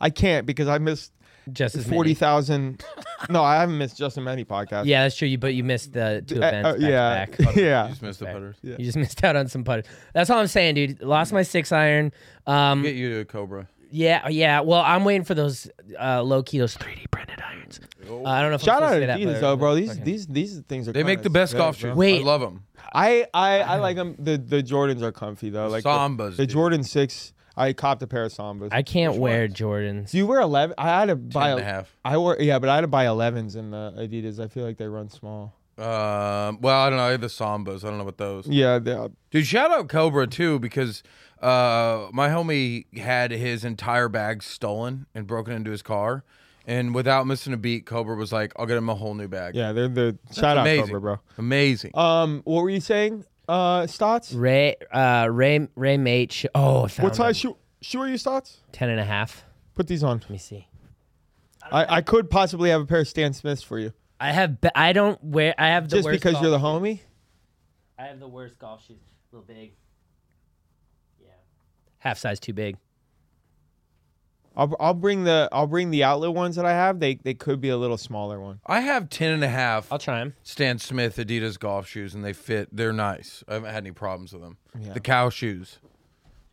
I can't because I missed
just as
forty
many.
thousand. no, I haven't missed just as many podcasts.
Yeah, that's true. You but you missed the two
Uh,
events.
uh,
back to
yeah,
back.
You
yeah.
just missed the putters.
You just missed out on some putters. That's all I'm saying, dude. Lost my six iron. Um,
Get you to a Cobra.
yeah, yeah. Well, I'm waiting for those uh, low key, those 3D printed irons. Uh, I don't know if
Shout
I'm
out
supposed
to
to say that,
Adidas,
but-
though, bro. These these these things are.
They make
kinda
the best
sick,
golf
bro.
shoes.
Wait.
I love them.
I I I like them. The the Jordans are comfy though. Like the-
Sambas,
The,
dude.
Jordan six. I copped a pair of Sambas.
I can't wear Jordans.
Do you wear eleven? I had to buy
and a half.
I wore yeah, but I had to buy elevens in the Adidas. I feel like they run small.
Um, well, I don't know. I have the Sambas. I don't know what those.
Yeah, they, are-
Dude, shout out Cobra too because uh, my homie had his entire bag stolen and broken into his car, and without missing a beat, Cobra was like, "I'll get him a whole new bag."
yeah, they're the shout out
amazing,
Cobra, bro.
Amazing.
Um, what were you saying? Uh, Stotts.
Ray, uh, Ray, Ray Mate. sh- Oh, I found
What size
them.
shoe shoe are you, Stotts?
Ten and a half.
Put these on.
Let me see.
I, I could possibly have a pair of Stan Smiths for you,
I have. Be- I don't wear. I have the
just
worst
because
golf
you're the
shoes.
homie.
I have the worst golf shoes. A little big. Yeah. Half size too big.
I'll, I'll bring the I'll bring the outlet ones that I have. They they could be a little smaller one.
I have 10 and a half
I'll try them.
Stan Smith Adidas golf shoes, and they fit. They're nice. I haven't had any problems with them. The cow shoes,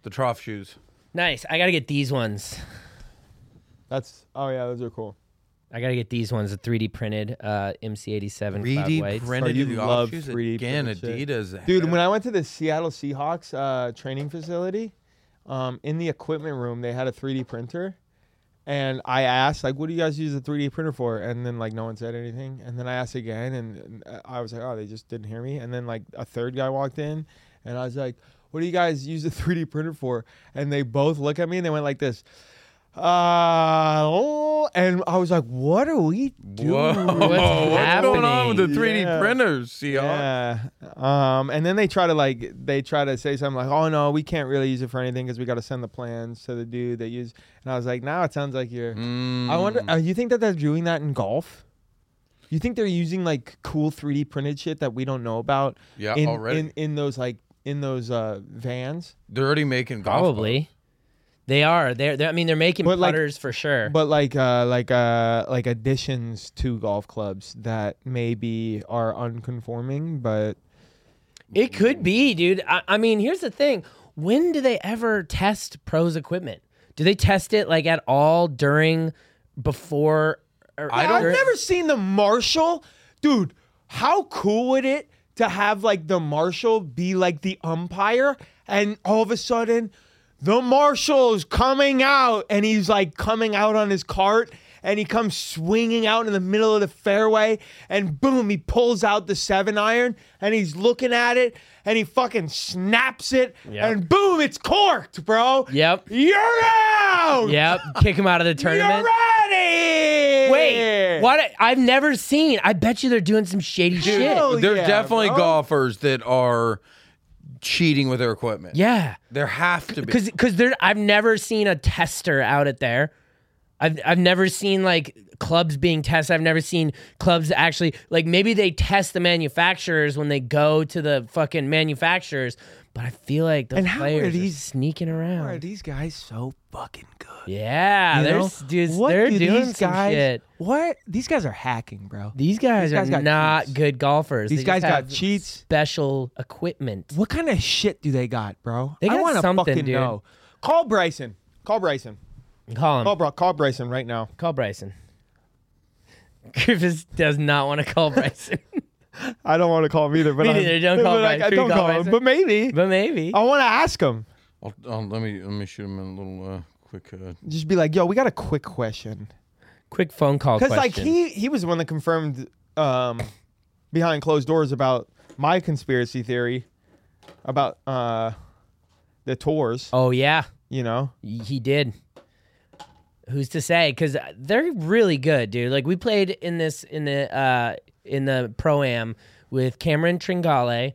the trough shoes.
Nice. I gotta get these ones.
That's oh yeah, those are cool.
I gotta get these ones, the 3D printed uh, MC87 cloud
3D
whites.
printed
Oh, you
golf
love
shoes?
3D
again.
printed shit.
Adidas,
Dude, when I went to the Seattle Seahawks uh, training facility, um, in the equipment room, they had a 3D printer. And I asked, like, what do you guys use a 3D printer for? And then, like, no one said anything. And then I asked again, and, and I was like, oh, they just didn't hear me. And then, like, a third guy walked in, and I was like, what do you guys use a 3D printer for? And they both look at me and they went like this. Uh, oh," and I was like, what are we doing?
Whoa, what's, going on with the
happening?
3D
Yeah.
printers, Seahawks?
Yeah. Um, and then they try to like they try to say something like, "Oh no, we can't really use it for anything because we got to send the plans to the dude that use." And I was like, "Now it sounds like you're."
Mm-hmm.
I
Mm,
wonder. Uh, you think that they're doing that in golf? You think they're using like cool 3D printed shit that we don't know about?
Yeah,
in,
already.
in in those like in those uh vans.
They're already making golf
Probably. They are. They're, they're. I mean, they're making
But, like-
putters for sure.
But like uh like uh like additions to golf clubs that maybe are unconforming, but
It could be, dude. I, I mean, here's the thing. When do they ever test pros equipment? Do they test it like at all during, before? Or,
I
Yeah,
don't-
I've never seen the Marshal. Dude, how cool would it to have like the Marshal be like the umpire and all of a sudden the Marshal's coming out and he's like coming out on his cart and he comes swinging out in the middle of the fairway and boom, he pulls out the seven iron and he's looking at it and he fucking snaps it and boom, it's corked, bro.
Yep.
You're out.
Yep. Kick them out of the
You're
tournament.
out of here.
Wait, what? I've never seen. I bet you they're doing some shady shit.
Hell
There's
Oh, yeah,
definitely
bro.
golfers that are cheating with their equipment.
Yeah,
There have to be.
because because there, I've never seen a tester out at there. I've I've never seen like clubs being tested. I've never seen clubs actually like maybe they test the manufacturers when they go to the fucking manufacturers. But I feel like the
And how are
players are
these-
sneaking
Why are
around.
these guys so fucking good?
Yeah,
You
Uh, they're
know?
s- dudes,
What
they're
do
doing
these
some
guys,
shit.
What these guys are hacking, bro.
These guys,
These guys
are
got
not
cheats.
good golfers.
These
They
guys
just
got
have
cheats.
special equipment.
What kind of shit do they got, bro?
They
I
got
want to
something,
fucking
dude.
know. Call Bryson. Call Bryson.
Call 'em.
Mm-hmm. Call bro. Call Bryson right now.
Call Bryson. Griffiths does not want to call Bryson,
I don't want to call him either, but
Me
I'm-
neither. Don't call
but I-
Bryson.
I
Should we
don't
call
call him,
Bryson?
but maybe.
but maybe.
I want to ask him.
I'll, I'll- let me let me shoot him a little uh, quick. Uh,
Just be like, yo, we got a quick question.
Quick phone call
Because
question.
like he he was the one that confirmed um, behind closed doors about my conspiracy theory about uh, the tours.
oh yeah,
You know,
Y- he did. Who's to say? Because they're really good, dude. Like we played in this in the uh in the pro am with Cameron Tringale,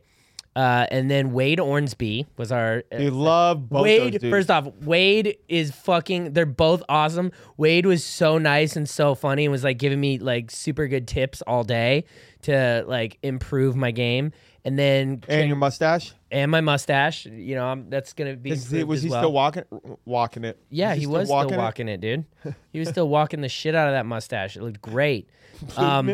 uh, and then Wade Ornsby was our uh,
you love both
Wade,
those dudes.
first off, Wade is fucking. They're both awesome. Wade was so nice and so funny and was like giving me like super good tips all day to like improve my game. And then
and your mustache.
and my mustache, you know, I'm, that's gonna be.
Is he,
improved
was
as
he
well.
still walking walking it?
Yeah, he
still
was still
it?
walking it, dude. He was still walking the shit out of that mustache. It looked great. Um,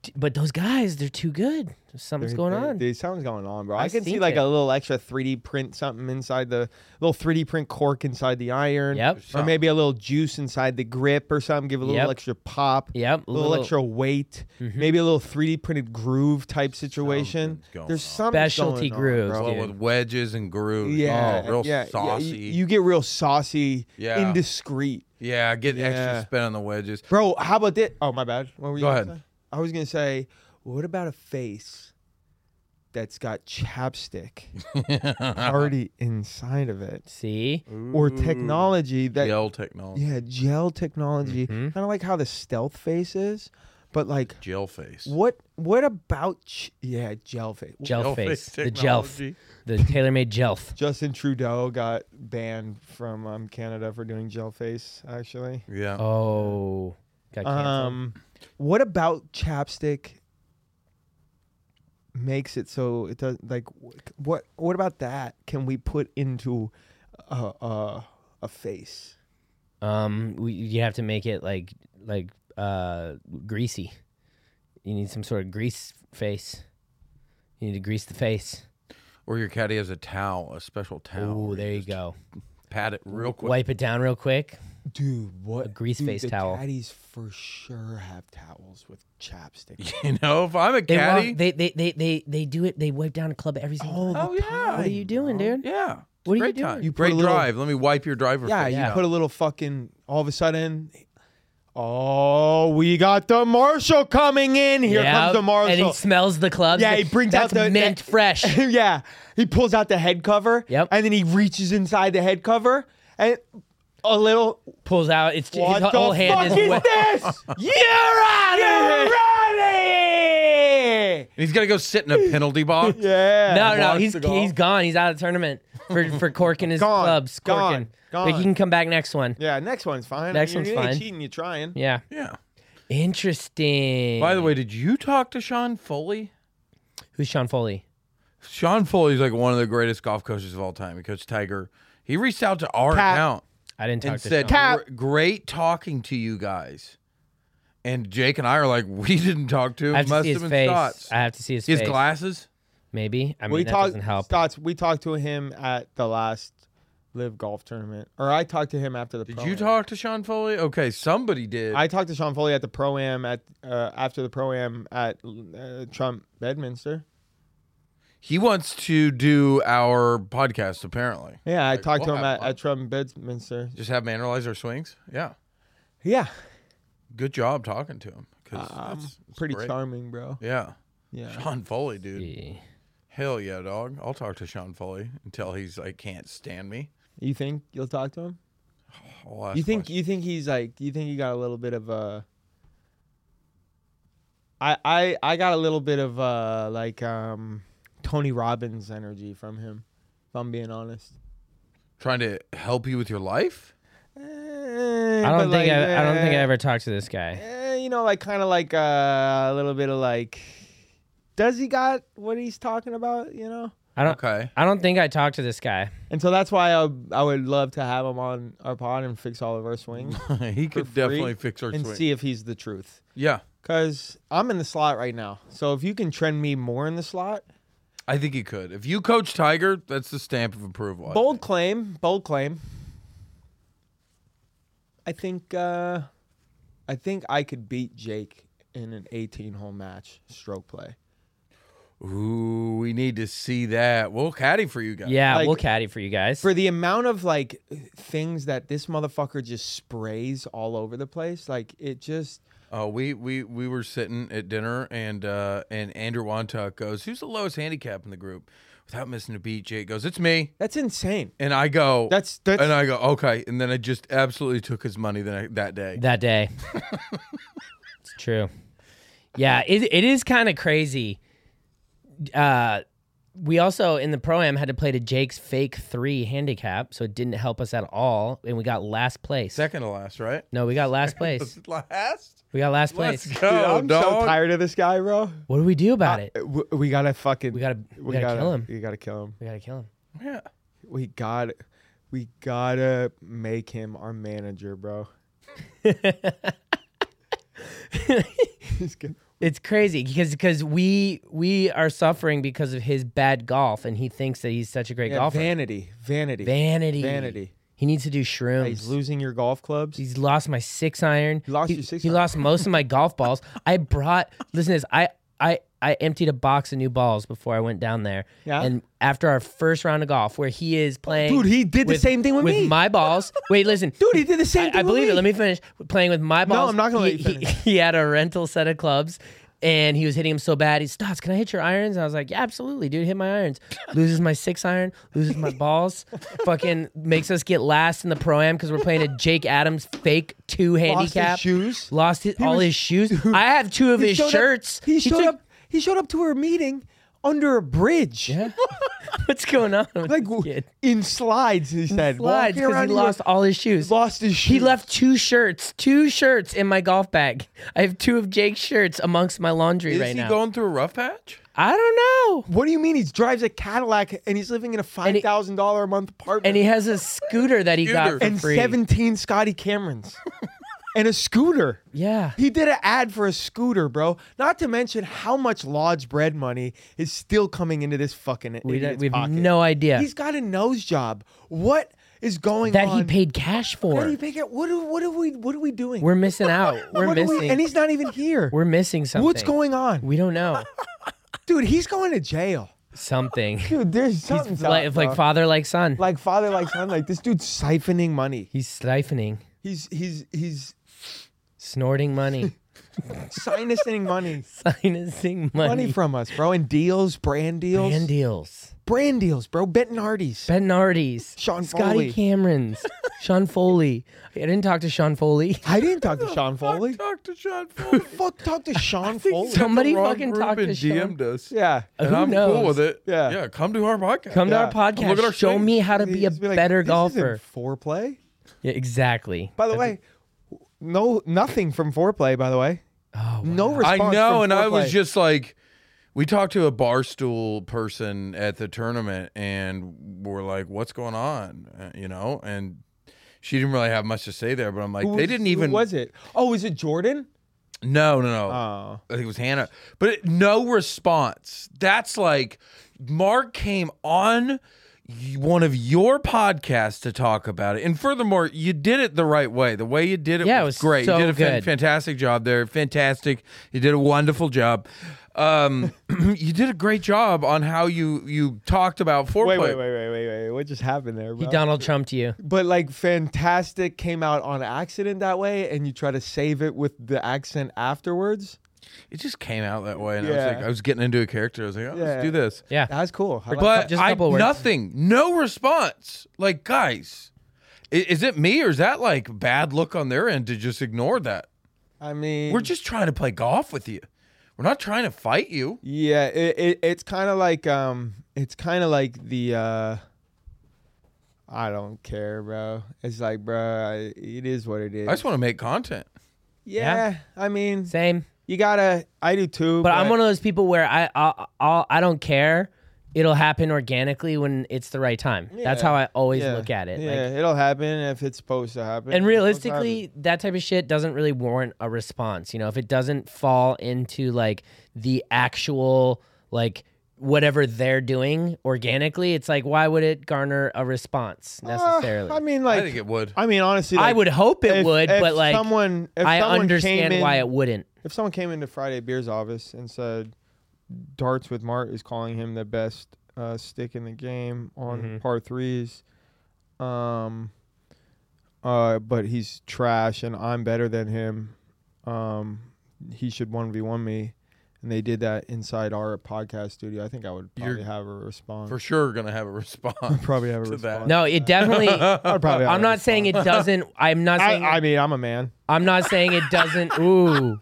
t- but those guys, they're too good. Something's going
Dude,
on.
Dude, something's going on, bro.
I
I, can see
think
like
it.
a little extra 3D print something inside the little 3D print cork inside the iron.
Yep.
Or maybe a little juice inside the grip or something. Give it a little
Yep.
extra pop.
Yep,
A little,
little- Mm-hmm.
extra weight. Maybe a little 3D printed groove type situation.
going
There's
on.
something
Specialty
going on,
grooves,
bro.
well, with wedges and grooves.
Yeah.
Oh, real
yeah,
saucy.
Yeah, you, you get real saucy.
Yeah.
Indiscreet.
Yeah, get
Yeah.
extra spin on the wedges.
Bro, how about this? Oh, my bad. What were you
Go
gonna
ahead.
say? I was going to say, what about a face that's got chapstick already inside of it?
See,
Or
Mm.
technology that,
Yell technology.
yeah, gel technology,
Mm-hmm.
kind of like how the stealth face is, but like,
Gel face.
what what about, ch- yeah, gel face?
Jelf
face
face, the Jelf,
technology.
the tailor-made Jelf.
Justin Trudeau got banned from um, Canada for doing gel face, actually.
Yeah.
Oh, got canceled.
Um, what about chapstick makes it so it does like wh- what what about that can we put into a a, a face?
Um, we, you have to make it like like uh greasy. You need some sort of grease face. You need to grease the face.
Or your caddy has a towel, a special towel.
Ooh,
where
there you
just
go.
Pat it real quick.
Wipe it down real quick.
Dude, what? A
grease face
the
towel.
Caddies for sure have towels with chapstick.
You know, if I'm a
They, walk-
caddy,
they, they they they they do it. They wipe down a club every single.
oh yeah,
What are you doing, dude?
yeah.
What are you
Great
doing?
time.
You put
Great
a little-
drive. Let me wipe your driver.
Yeah,
face.
you put a little fucking. All of a sudden, oh, we got the marshal coming in. Here
Yeah,
comes the marshal.
And he smells the clubs.
Yeah, he brings out
That's
the-
mint
that-
fresh.
yeah, he pulls out the head cover.
Yep.
And then he reaches inside the head cover and a little.
Pulls out. It's his
What the
whole
fuck
hand
is,
is wet.
this? You're out of here!
And he's got to go sit in a penalty box.
Yeah.
No, no,
Wants
he's
to go.
he's gone. He's out of the tournament for for corking his
Gone,
clubs. Corking.
gone,
Like he
gone.
can come back next one.
Yeah, next one's fine.
Next
You
one's
ain't
fine.
Cheating, you're trying.
Yeah.
Yeah.
Interesting.
By the way, did you talk to Sean Foley?
who's Sean Foley?
Sean Foley's like one of the greatest golf coaches of all time. He coached Tiger. He reached out to our
Pat.
account
I didn't talk
and
to
said,
Sean.
Pat.
"Gr- "Great talking to you guys." And Jake and I are like, "We didn't talk to him.
I have to
Must
see his
have been
face.
Stotts.
I have to see his,
His
face.
glasses.
Maybe. I mean,
we
that
talked.
doesn't help.
Stotts, we talked to him at the last live golf tournament, or I talked to him after the.
Did
pro
you talk to Sean Foley? Okay, somebody did.
I talked to Sean Foley at the pro am at uh, after the pro am at uh, Trump Bedminster.
he wants to do our podcast. Apparently,
Yeah, I
Like,
talked to
we'll
him
have
at,
fun.
at Trump Bedminster.
just have him analyze our swings. Yeah,
Yeah,
good job talking to him. 'cause
um,
that's- that's
pretty
great.
charming, bro.
Yeah,
Yeah,
Sean Foley, dude.
Yeah.
Hell yeah, dog. I'll talk to Sean Foley until he's like can't stand me.
you think you'll talk to him?
I'll ask
You think
questions.
you think he's like you think he got a little bit of a I I I got a little bit of uh like um Tony Robbins energy from him, if I'm being honest.
trying to help you with your life?
Eh,
I don't think I, I don't think I ever talked to this guy.
eh, you know, like kind of like uh, a little bit of like, does he got what he's talking about? You know,
I don't.
Okay.
I don't think I talked to this guy.
and so that's why I, I would love to have him on our pod and fix all of our swings
he could
free
definitely fix Mm-hmm. our
and
swing.
see if he's the truth.
yeah.
Cause I'm in the slot right now, so if you can trend me more in the slot,
I think he could. If you coach Tiger, that's the stamp of approval. I
bold claim, bold claim. I think uh, I think I could beat Jake in an 18 hole match stroke play.
think. Ooh, we need to see that. We'll caddy for you guys.
Yeah,
Like-
we'll caddy for you guys.
for the amount of like things that this motherfucker just sprays all over the place, like it just
Uh, we we we were sitting at dinner and uh, and Andrew Wantuck goes, "Who's the lowest handicap in the group?" Without missing a beat, Jake goes, "It's me."
that's insane.
And I go,
That's that's
and I go, "Okay." And then I just absolutely took his money that I, that day.
that day. it's true. Yeah, it, it is kind of crazy. Uh, we also in the pro am had to play to Jake's fake three handicap, so it didn't help us at all, and we got last place.
Second to last, right?
no, we got last place.
Last.
We got last
Let's
place.
go,
Dude, I'm
dog.
so tired of this guy, bro.
What do we do about it?
W- We gotta fucking
We gotta we, gotta, kill him.
We gotta kill him.
We gotta kill him.
Yeah.
We got we gotta make him our manager, bro. He's good.
It's crazy because because we we are suffering because of his bad golf, and he thinks that he's such a great
Yeah,
golfer.
vanity, vanity,
vanity,
vanity.
He needs to do shrooms.
He's losing your golf clubs.
He's lost my six iron.
lost
he,
your six
He
iron.
lost most of my golf balls. I brought. Listen to this. I I I emptied a box of new balls before I went down there.
Yeah. Oh,
And after our first round of golf, where he is playing,
Dude, he did the
with-
same thing with me.
my balls. Wait, listen,
Dude, he did the same
I,
thing
I
with
believe
me.
it. Let me finish. Playing with my balls.
I'm not gonna
he,
let you finish.
He, he had a rental set of clubs. And he was hitting him so bad. He's Stotts, can I hit your irons? And I was like, Yeah, absolutely, dude. Hit my irons. Loses my six iron, loses my balls. Fucking makes us get last in the pro am because we're playing a Jake Adams fake two
Lost his
handicap.
shoes.
Lost his, all
was-
his shoes. I have two of his
showed up-
shirts.
he showed
took-
up. He showed up to her meeting under a bridge,
What's going on? With
like
like this kid?
in slides. He said,
Slides
Walking
because
around,
he
he
lost all his shoes.
lost his.
He
shoes.
left two shirts, two shirts in my golf bag. I have two of Jake's shirts amongst my laundry
Is
right
he
now.
going through a rough patch?
I don't know.
What do you mean? He drives a Cadillac and he's living in a five thousand dollar a month apartment
And he has a scooter that he got for
Scooter.
and
free.
seventeen Scotty Camerons and a scooter.
yeah.
He did an ad for a scooter, bro. Not to mention how much lodge bread money is still coming into this fucking
We,
idiot's
don't- we have
pocket.
no idea.
He's got a nose job. What is going
that
on
he paid cash
How do
for.
you pick it? What are, what are we what are we doing?
We're missing out. We're
What are we-
missing.
and he's not even here.
we're missing something.
What's going on,
We don't know.
dude? He's going to jail,
Something.
dude. There's something
like, like father, like son.
like father, like son. Like this dude's siphoning money.
he's siphoning,
He's he's he's
snorting money,
sinusing money,
sinusing money,
money from us, bro. And deals, brand deals,
brand deals,
brand deals, bro. Benton Hardy's.
Benardi's,
Sean Foley.
Scotty Cameron's, Sean Foley. I didn't talk to Sean Foley.
I didn't talk to Sean Foley.
Talk to Sean Foley.
Fuck, talk to Sean Foley.
so. Somebody
The wrong
fucking
group
talk to
and
Sean.
DM'd us.
Yeah,
And
Who
I'm cool
knows?
with it.
Yeah.
Yeah. Come to our podcast.
Come
Yeah.
to our
Look at
podcast.
our
Show
things.
me how to be a
He's be like,
better
"This isn't
golfer.
Foreplay.
Yeah, exactly.
By the way, no, nothing from foreplay. By the way, oh, no
I
response.
know,
from
and I was
Foreplay.
just like, we talked to a barstool person at the tournament, and we're like, "What's going on?" Uh, you know, and she didn't really have much to say there. But I'm like,
Who
they
was-
didn't
who
even.
was it? Oh, is it Jordan?
No, no, no.
Oh.
I think it was Hannah. But it, no response. That's like Mark came on y- one of your podcasts to talk about it. And furthermore, you did it the right way. The way you did it
Yeah, it
was,
was
great.
so
you did a fan-
good.
fantastic job there. Fantastic. You did a wonderful job. Um, you did a great job on how you you talked about foreplay.
Wait, wait, wait, wait, wait, wait. What just happened there,
He
bro?
Donald Trumped you.
but like, fantastic came out on accident that way, and you try to save it with the accent afterwards.
It just came out that way, and I
Yeah.
was like, I was getting into a character. I was like, oh,
Yeah.
let's do this.
Yeah.
That's cool. I like
but
just a
I,
couple words.
nothing, no response. Like, guys, i- is it me or is that like bad look on their end to just ignore that?
I mean,
We're just trying to play golf with you. We're not trying to fight you.
yeah. It, it, it's kind of like um, it's kind of like the uh, I don't care, bro. It's like, bro, I, it is what it is.
I just want to make content.
yeah, I mean,
Same.
you gotta. I do too.
But I'm one of those people where I I I, I don't care. It'll happen organically when it's the right time. That's
Yeah.
how I always
yeah,
look at it.
Yeah,
Like,
it'll happen if it's supposed to happen.
and
it's supposed to happen.
realistically, that type of shit doesn't really warrant a response. You know, if it doesn't fall into like the actual like whatever they're doing organically, it's like why would it garner a response
Uh,
necessarily?
I mean,
I
like,
think it would.
I mean, honestly,
I
like,
would hope it
if-
would,
if
but like
someone, if
I
someone
understand
came
why
in-
it wouldn't.
If someone came into Friday Beer's office and said, "Darts with Mart is calling him the best uh, stick in the game on
Mm-hmm.
par threes, um, uh, but he's trash and I'm better than him. Um, he should one v one me." And they did that inside our podcast studio. I think I would
You're-
probably have a response.
For sure, gonna have a response.
probably have a
to that.
response.
No, it definitely
I'd probably have
I'm
a
not saying it doesn't. I'm not
I,
saying.
I mean, I'm a man.
I'm not saying it doesn't. Ooh,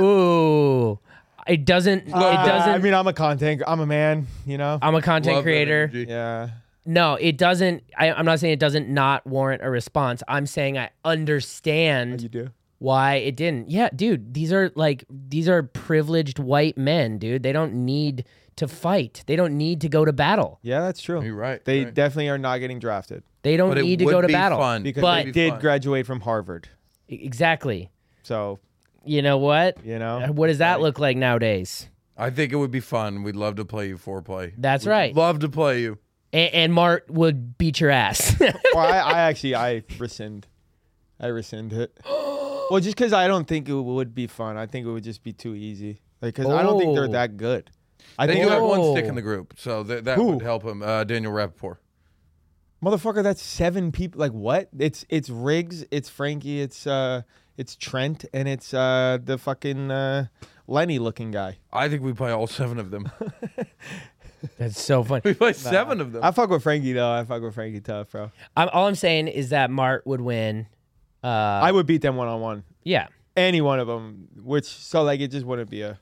ooh. It doesn't. It
Uh,
doesn't.
Ah.
I
I mean, I'm a content. I'm a man. You know.
am a
Love
content
that
creator.
energy.
yeah.
No, it doesn't. I, I'm not saying it doesn't not warrant a response. I'm saying I understand
You do.
why it didn't. Yeah, dude. These are like these are privileged white men, dude. They don't need to fight. They don't need to go to battle.
Yeah, that's true.
You're right.
They
right.
definitely are not getting drafted
They don't
But it
need to go
would
to
be
battle.
fun.
because
But-
they
It'd be
did
fun.
graduate from Harvard.
Exactly.
So
You know what?
you know,
What does that look like nowadays?
I think it would be fun. We'd love to play you foreplay.
That's
We'd
right.
Love to play you.
and, and Mart would beat your ass.
or I, I actually I rescind, I rescind it. Well, just because I don't think it would be fun. I think it would just be too easy. Like, because I don't think they're
Oh.
that good. I
They
think
do have one
Oh.
stick in the group, so th- that
Who?
would help him. Uh, Daniel Rappaport.
motherfucker, that's seven people. Like what? It's it's Riggs, it's Frankie, it's uh, it's Trent, and it's uh the fucking uh, Lenny looking guy.
I think we play all seven of them.
That's so funny.
we play seven of them.
I fuck with Frankie though. I fuck with Frankie tough, bro.
I'm, all I'm saying is that Mart would win. Uh,
I would beat them one on one,
yeah,
any one of them. Which so like it just wouldn't be a.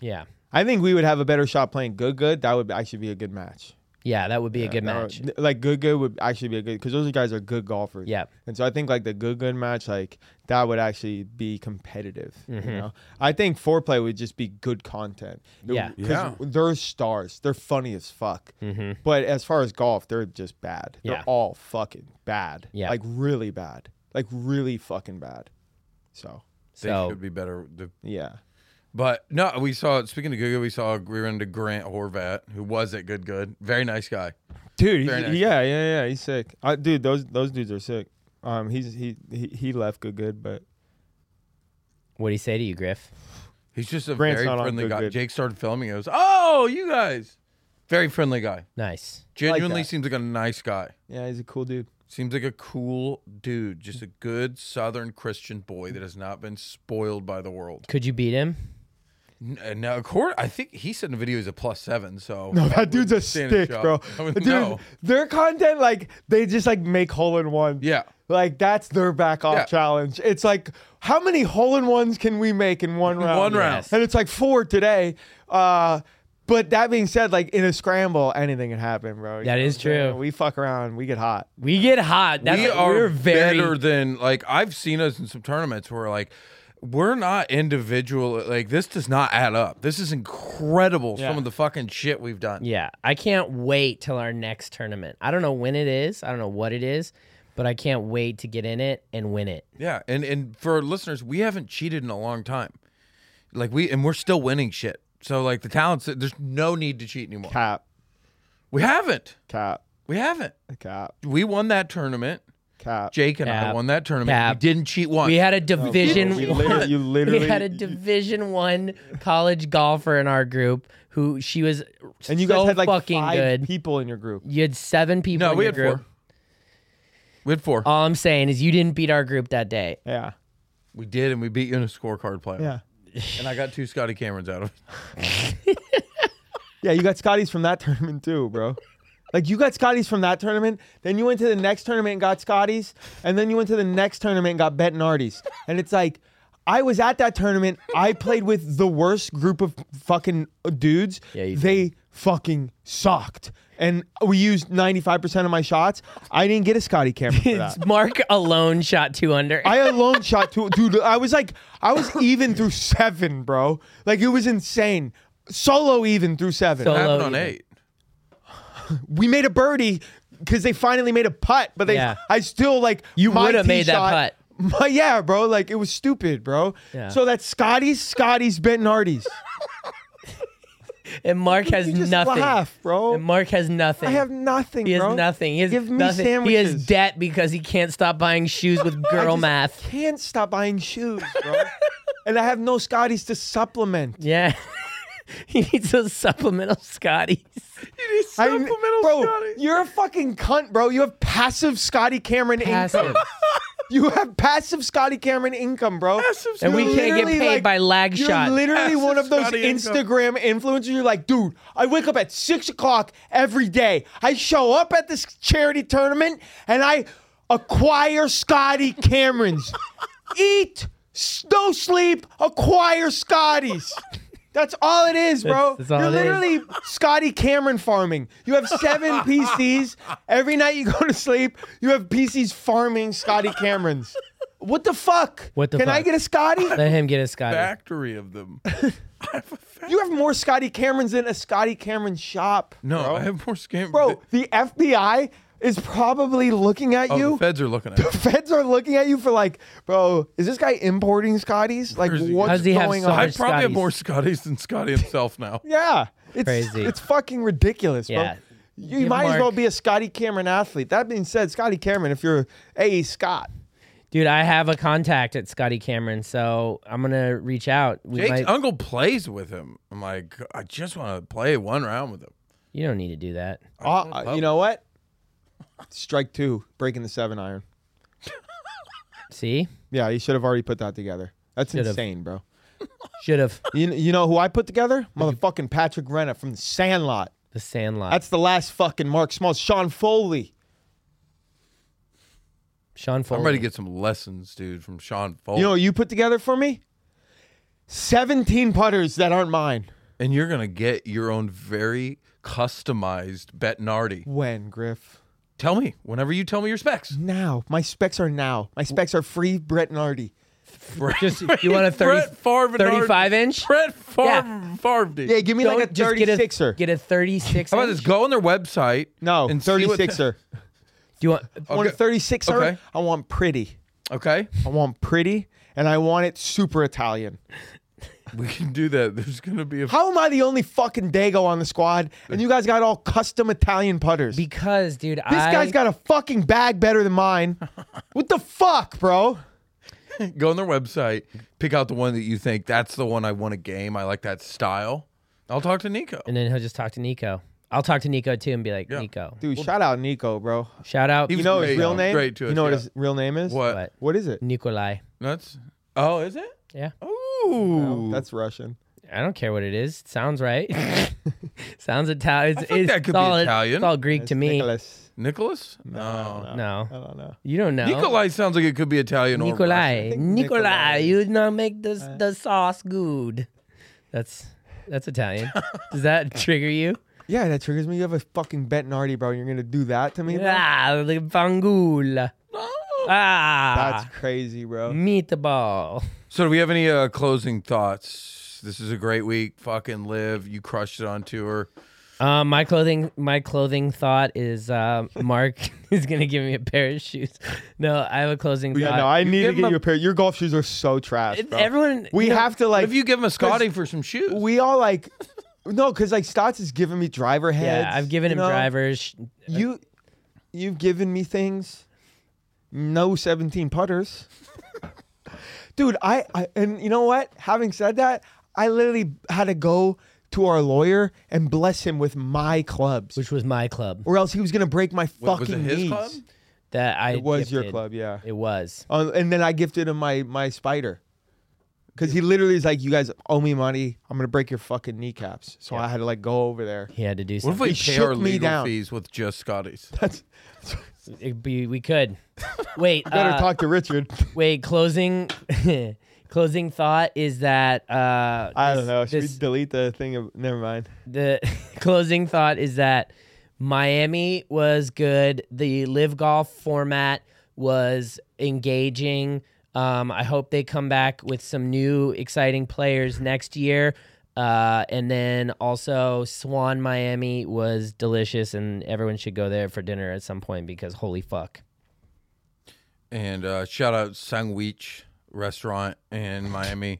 yeah,
I think we would have a better shot playing Good Good. That would actually be a good match.
yeah. That would be a good
That
match.
would- like Good Good would actually be a good because those guys are good golfers.
Yeah.
And so I think like the Good Good match, like that would actually be competitive.
Mm-hmm.
You know, I think foreplay would just be good content. It-
Yeah.
'cause
Yeah.
They're stars. They're funny as fuck.
mm-hmm.
But as far as golf, they're just bad. They're
Yeah.
all fucking bad.
Yeah.
Like really bad. Like really fucking bad. So
they
So
should be better. The-
yeah.
But no, we saw. Speaking of good, good, we saw we ran into Grant Horvat, who was at Good Good. Very nice guy.
dude. He's,
Very nice.
Yeah, yeah, yeah. He's sick. I, dude, those those dudes are sick. Um, he's he he, he left good good, but
What do he say to you, Griff?
He's just a
Grant's
very
not on
friendly
Good
guy.
Good.
Jake started filming. It was oh, you guys, very friendly guy.
Nice.
Genuinely
that.
seems like a nice guy.
yeah, he's a cool dude.
Seems like a cool dude. Just a good Southern Christian boy that has not been spoiled by the world.
Could you beat him?
N- uh, Now, according, I think he said in the video he's a plus seven. So
No, that dude's a
stand a
stick,
shot.
bro.
I would
Dude,
know.
their content like they just like make hole in one.
Yeah.
Like that's their back off
Yeah.
challenge. It's like how many hole in ones can we make in one round?
One round.
And it's like four today. Uh but that being said, like in a scramble, anything can happen, bro. You
That
know
is
what I'm saying?
true.
We fuck around, we get hot.
We get hot. That's
we
like-
are
we're very
better than like I've seen us in some tournaments where like we're not individual. Like this does not add up. This is incredible. Some
Yeah.
of the fucking shit we've done.
Yeah, I can't wait till our next tournament. I don't know when it is. I don't know what it is, but I can't wait to get in it and win it.
Yeah, and and for our listeners, we haven't cheated in a long time. Like we and we're still winning shit. So like the talents, there's no need to cheat anymore.
Cap,
We haven't.
cap,
We haven't.
cap,
We won that tournament.
cap.
Jake and I
Cap.
won that tournament.
Cap.
We didn't cheat once.
We had a division
we
one.
literally- you
we
literally-
had a division one college golfer in our group who she was
And you guys
so
had like
fucking
five
good.
people in your group.
you had seven people.
no,
in
we
your
had
group. Uh,
four. We had four.
All I'm saying is you didn't beat our group that day.
Yeah.
we did, and we beat you in a scorecard playoff.
Yeah.
And I got two Scotty Camerons out of it.
Yeah, you got Scotties from that tournament too, bro. Like you got Scotties from that tournament, then you went to the next tournament and got Scotties, and then you went to the next tournament and got Bettinardi's. And it's like, I was at that tournament. I played with the worst group of fucking dudes.
Yeah, you did.
they fucking sucked. And we used 95% of my shots. I didn't get a Scotty camera for that.
Mark alone shot two under.
I alone shot two. Dude, I was like, I was even through seven, bro. Like it was insane. Solo even through seven.
Solo.
Happened
Hello,
on
Ethan.
eight.
we made a birdie because they finally made a putt, but they
Yeah.
I still like you
would've made that putt.
My, yeah, bro. Like it was stupid, bro.
Yeah.
So that's Scotty's, Scotty's, Bentonardi's.
and Mark has
You just
nothing.
laugh, bro.
And Mark has nothing.
I have nothing,
He has
bro.
nothing. He has
Give me
nothing. He
sandwiches.
has debt because he can't stop buying shoes with
I
girl
just
math.
Can't stop buying shoes, bro. and I have no Scotty's to supplement.
Yeah. he needs those supplemental Scotties.
I- bro, you're a fucking cunt, bro. You have passive Scotty Cameron
Passive.
income. You have passive Scotty Cameron income, bro. Passive
And we can't get
Literally,
paid
like,
by lag
You're
shot.
literally
Passive
one of those
Scotty income.
Instagram influencers. You're like, dude, I wake up at six o'clock every day. I show up at this charity tournament and I acquire Scotty Camerons. Eat, s- no sleep, acquire Scotties. That's all it is, bro.
That's- that's all
You're
it is.
literally Scotty Cameron farming. You have seven PCs. Every night you go to sleep, you have PCs farming Scotty Camerons. What the fuck?
What the
Can I
fuck?
get a Scotty?
Let him get a Scotty.
factory of them.
You have more Scotty Camerons than a Scotty Cameron shop.
No,
bro.
I have more scam.
Bro, the FBI is probably looking at
Oh,
you.
the feds are looking at it.
Feds are looking at you for like, bro, is this guy importing Scotties? Like,
Where is he?
what's
How does he have
going
so
on?
I
much-
probably have
Scotties.
more Scotties than Scotty himself now.
yeah, it's
Crazy.
It's fucking ridiculous, bro.
Yeah.
You
Give
might as well
Mark-
be a Scotty Cameron athlete. That being said, Scotty Cameron, if you're a Scott,
Dude, I have a contact at Scotty Cameron, so I'm gonna reach out. We
Jake's
oh.
might,
uncle plays with him. I'm like, I just want to play one round with him.
you don't need to do that.
uh, you know what? Strike two, breaking the seven iron.
See?
Yeah, you should have already put that together. That's
Should've.
insane, bro.
Should have
You, you know who I put together? Motherfucking Patrick Renna from the Sandlot.
the Sandlot.
That's the last fucking Mark Smalls. Sean Foley.
Sean Foley.
I'm ready to get some lessons, dude, from Sean Foley.
You know what you put together for me? 17 putters that aren't mine.
and you're gonna get your own very customized Bettinardi.
When, Griff?
Tell me whenever you tell me your specs.
Now. My specs are now. My specs are free Brett Nardi.
Just you want a 30,
Brett Favre
35 inch?
Brett Favre,
Yeah.
Favre.
Yeah, give me like a
Don't- just get a-
36er.
Get a 36
How about
inch?
this? Go on their website.
no,
and see what-
36er.
Do you want
I want a 36er.
Okay.
I want pretty.
Okay.
I want pretty, and I want it super Italian.
We can do that. There's gonna be a
How am I the only fucking Dago on the squad? And you guys got all custom Italian putters. This
Because, dude, this I,
guy's got a fucking bag better than mine. what the fuck, bro?
go on their website, pick out the one that you think that's the one I want to game. I like that style. I'll talk to Nico.
and then he'll just talk to Nico. I'll talk to Nico too and be like, Nico,
Dude, shout out Nico, bro.
shout out.
He uh,
You know
Great,
his real
um,
name?
great to us,
you know what
yeah.
his real name is?
What?
What?
What is it?
Nikolai.
Nuts? Oh, is it?
Yeah.
Ooh,
That's Russian.
I don't care what it is. It sounds right. sounds Italian. It's,
think
it's
that could be
all,
Italian.
It's all Greek
It's
to me.
Nicholas.
Nicholas. No,
No.
I don't know.
You don't know.
Nikolai sounds like it could be Italian or Russian.
Nikolai.
think
Nikolai.
Nikolai. Uh.
You not make the the sauce good. That's that's Italian. Does that trigger you?
Yeah, that triggers me. You have a fucking Bettinardi, bro. and You're gonna do that to me? bro?
Ah, the fangul.
That's
Ah,
crazy,
Mm,
bro.
meatball.
So, do we have any uh, closing thoughts? This is a great week. Fucking live. You crushed it on tour.
Uh, my clothing, my clothing thought is uh, Mark is gonna give me a pair of shoes. No, I have a closing
Yeah,
thought.
no, I need to
give him
get
a-
you a pair. Your golf shoes are so trash,
If
bro.
everyone-
we
you know,
have to like.
if you give him a Scotty for some shoes,
we all like, no, because like Stotts is giving me driver heads.
yeah, I've given
you
him
know?
drivers. Sh-
You, you've given me things. No seventeen putters, dude. I, I and you know what? Having said that, I literally had to go to our lawyer and bless him with my clubs,
Which was my club.
or else he was gonna break my
Wait,
fucking
was it his
knees.
club?
That I
It was your
gifted.
club, yeah.
It was.
Uh, and then I gifted him my my spider. Cause he literally is like, you guys owe me money. I'm gonna break your fucking kneecaps. So I had to like go over there.
He had to do
What if
something.
we
He
pay
shook
our
me
legal
down.
fees with just Scotties?
That's
It'd be- we could. Wait.
better
uh,
talk to Richard.
Wait. Closing. closing thought is that. Uh,
I
this-
don't know. Should
this-
we delete the thing? Of, never mind.
the closing thought is that Miami was good. The live golf format was engaging. Um, I hope they come back with some new exciting players next year. Uh, and then also Swan Miami was delicious, and everyone should go there for dinner at some point because holy fuck.
And uh, shout out Sandwich Restaurant in Miami.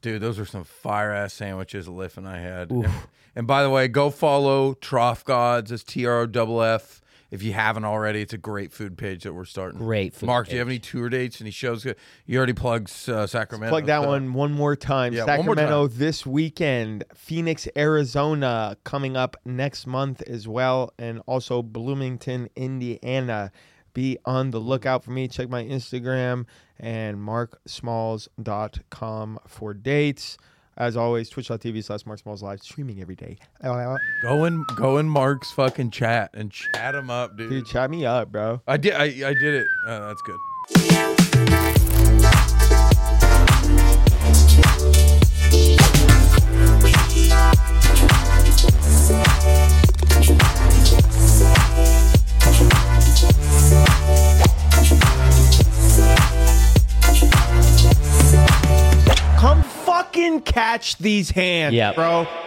Dude, those are some fire ass sandwiches Liff and I had. And, and by the way, go follow Trough Gods. It's T R O F F. If you haven't already, it's a great food page that we're starting.
Great food
Mark, do you have any tour dates? Any shows? You already plugs uh, Sacramento.
Plug that
so-
one one more time.
Yeah, one more
Sacramento this weekend. Phoenix, Arizona coming up next month as well, and also Bloomington, Indiana. Be on the lookout for me. Check my Instagram and marksmalls.com for dates. As always, twitch.tv slash marksmalls live streaming every day. Uh,
Go in, go in Mark's fucking chat and chat him up, dude.
Dude, chat me up, bro.
I did. I, I did it. Uh, that's good.
Come fucking catch these hands,
Yep.
bro.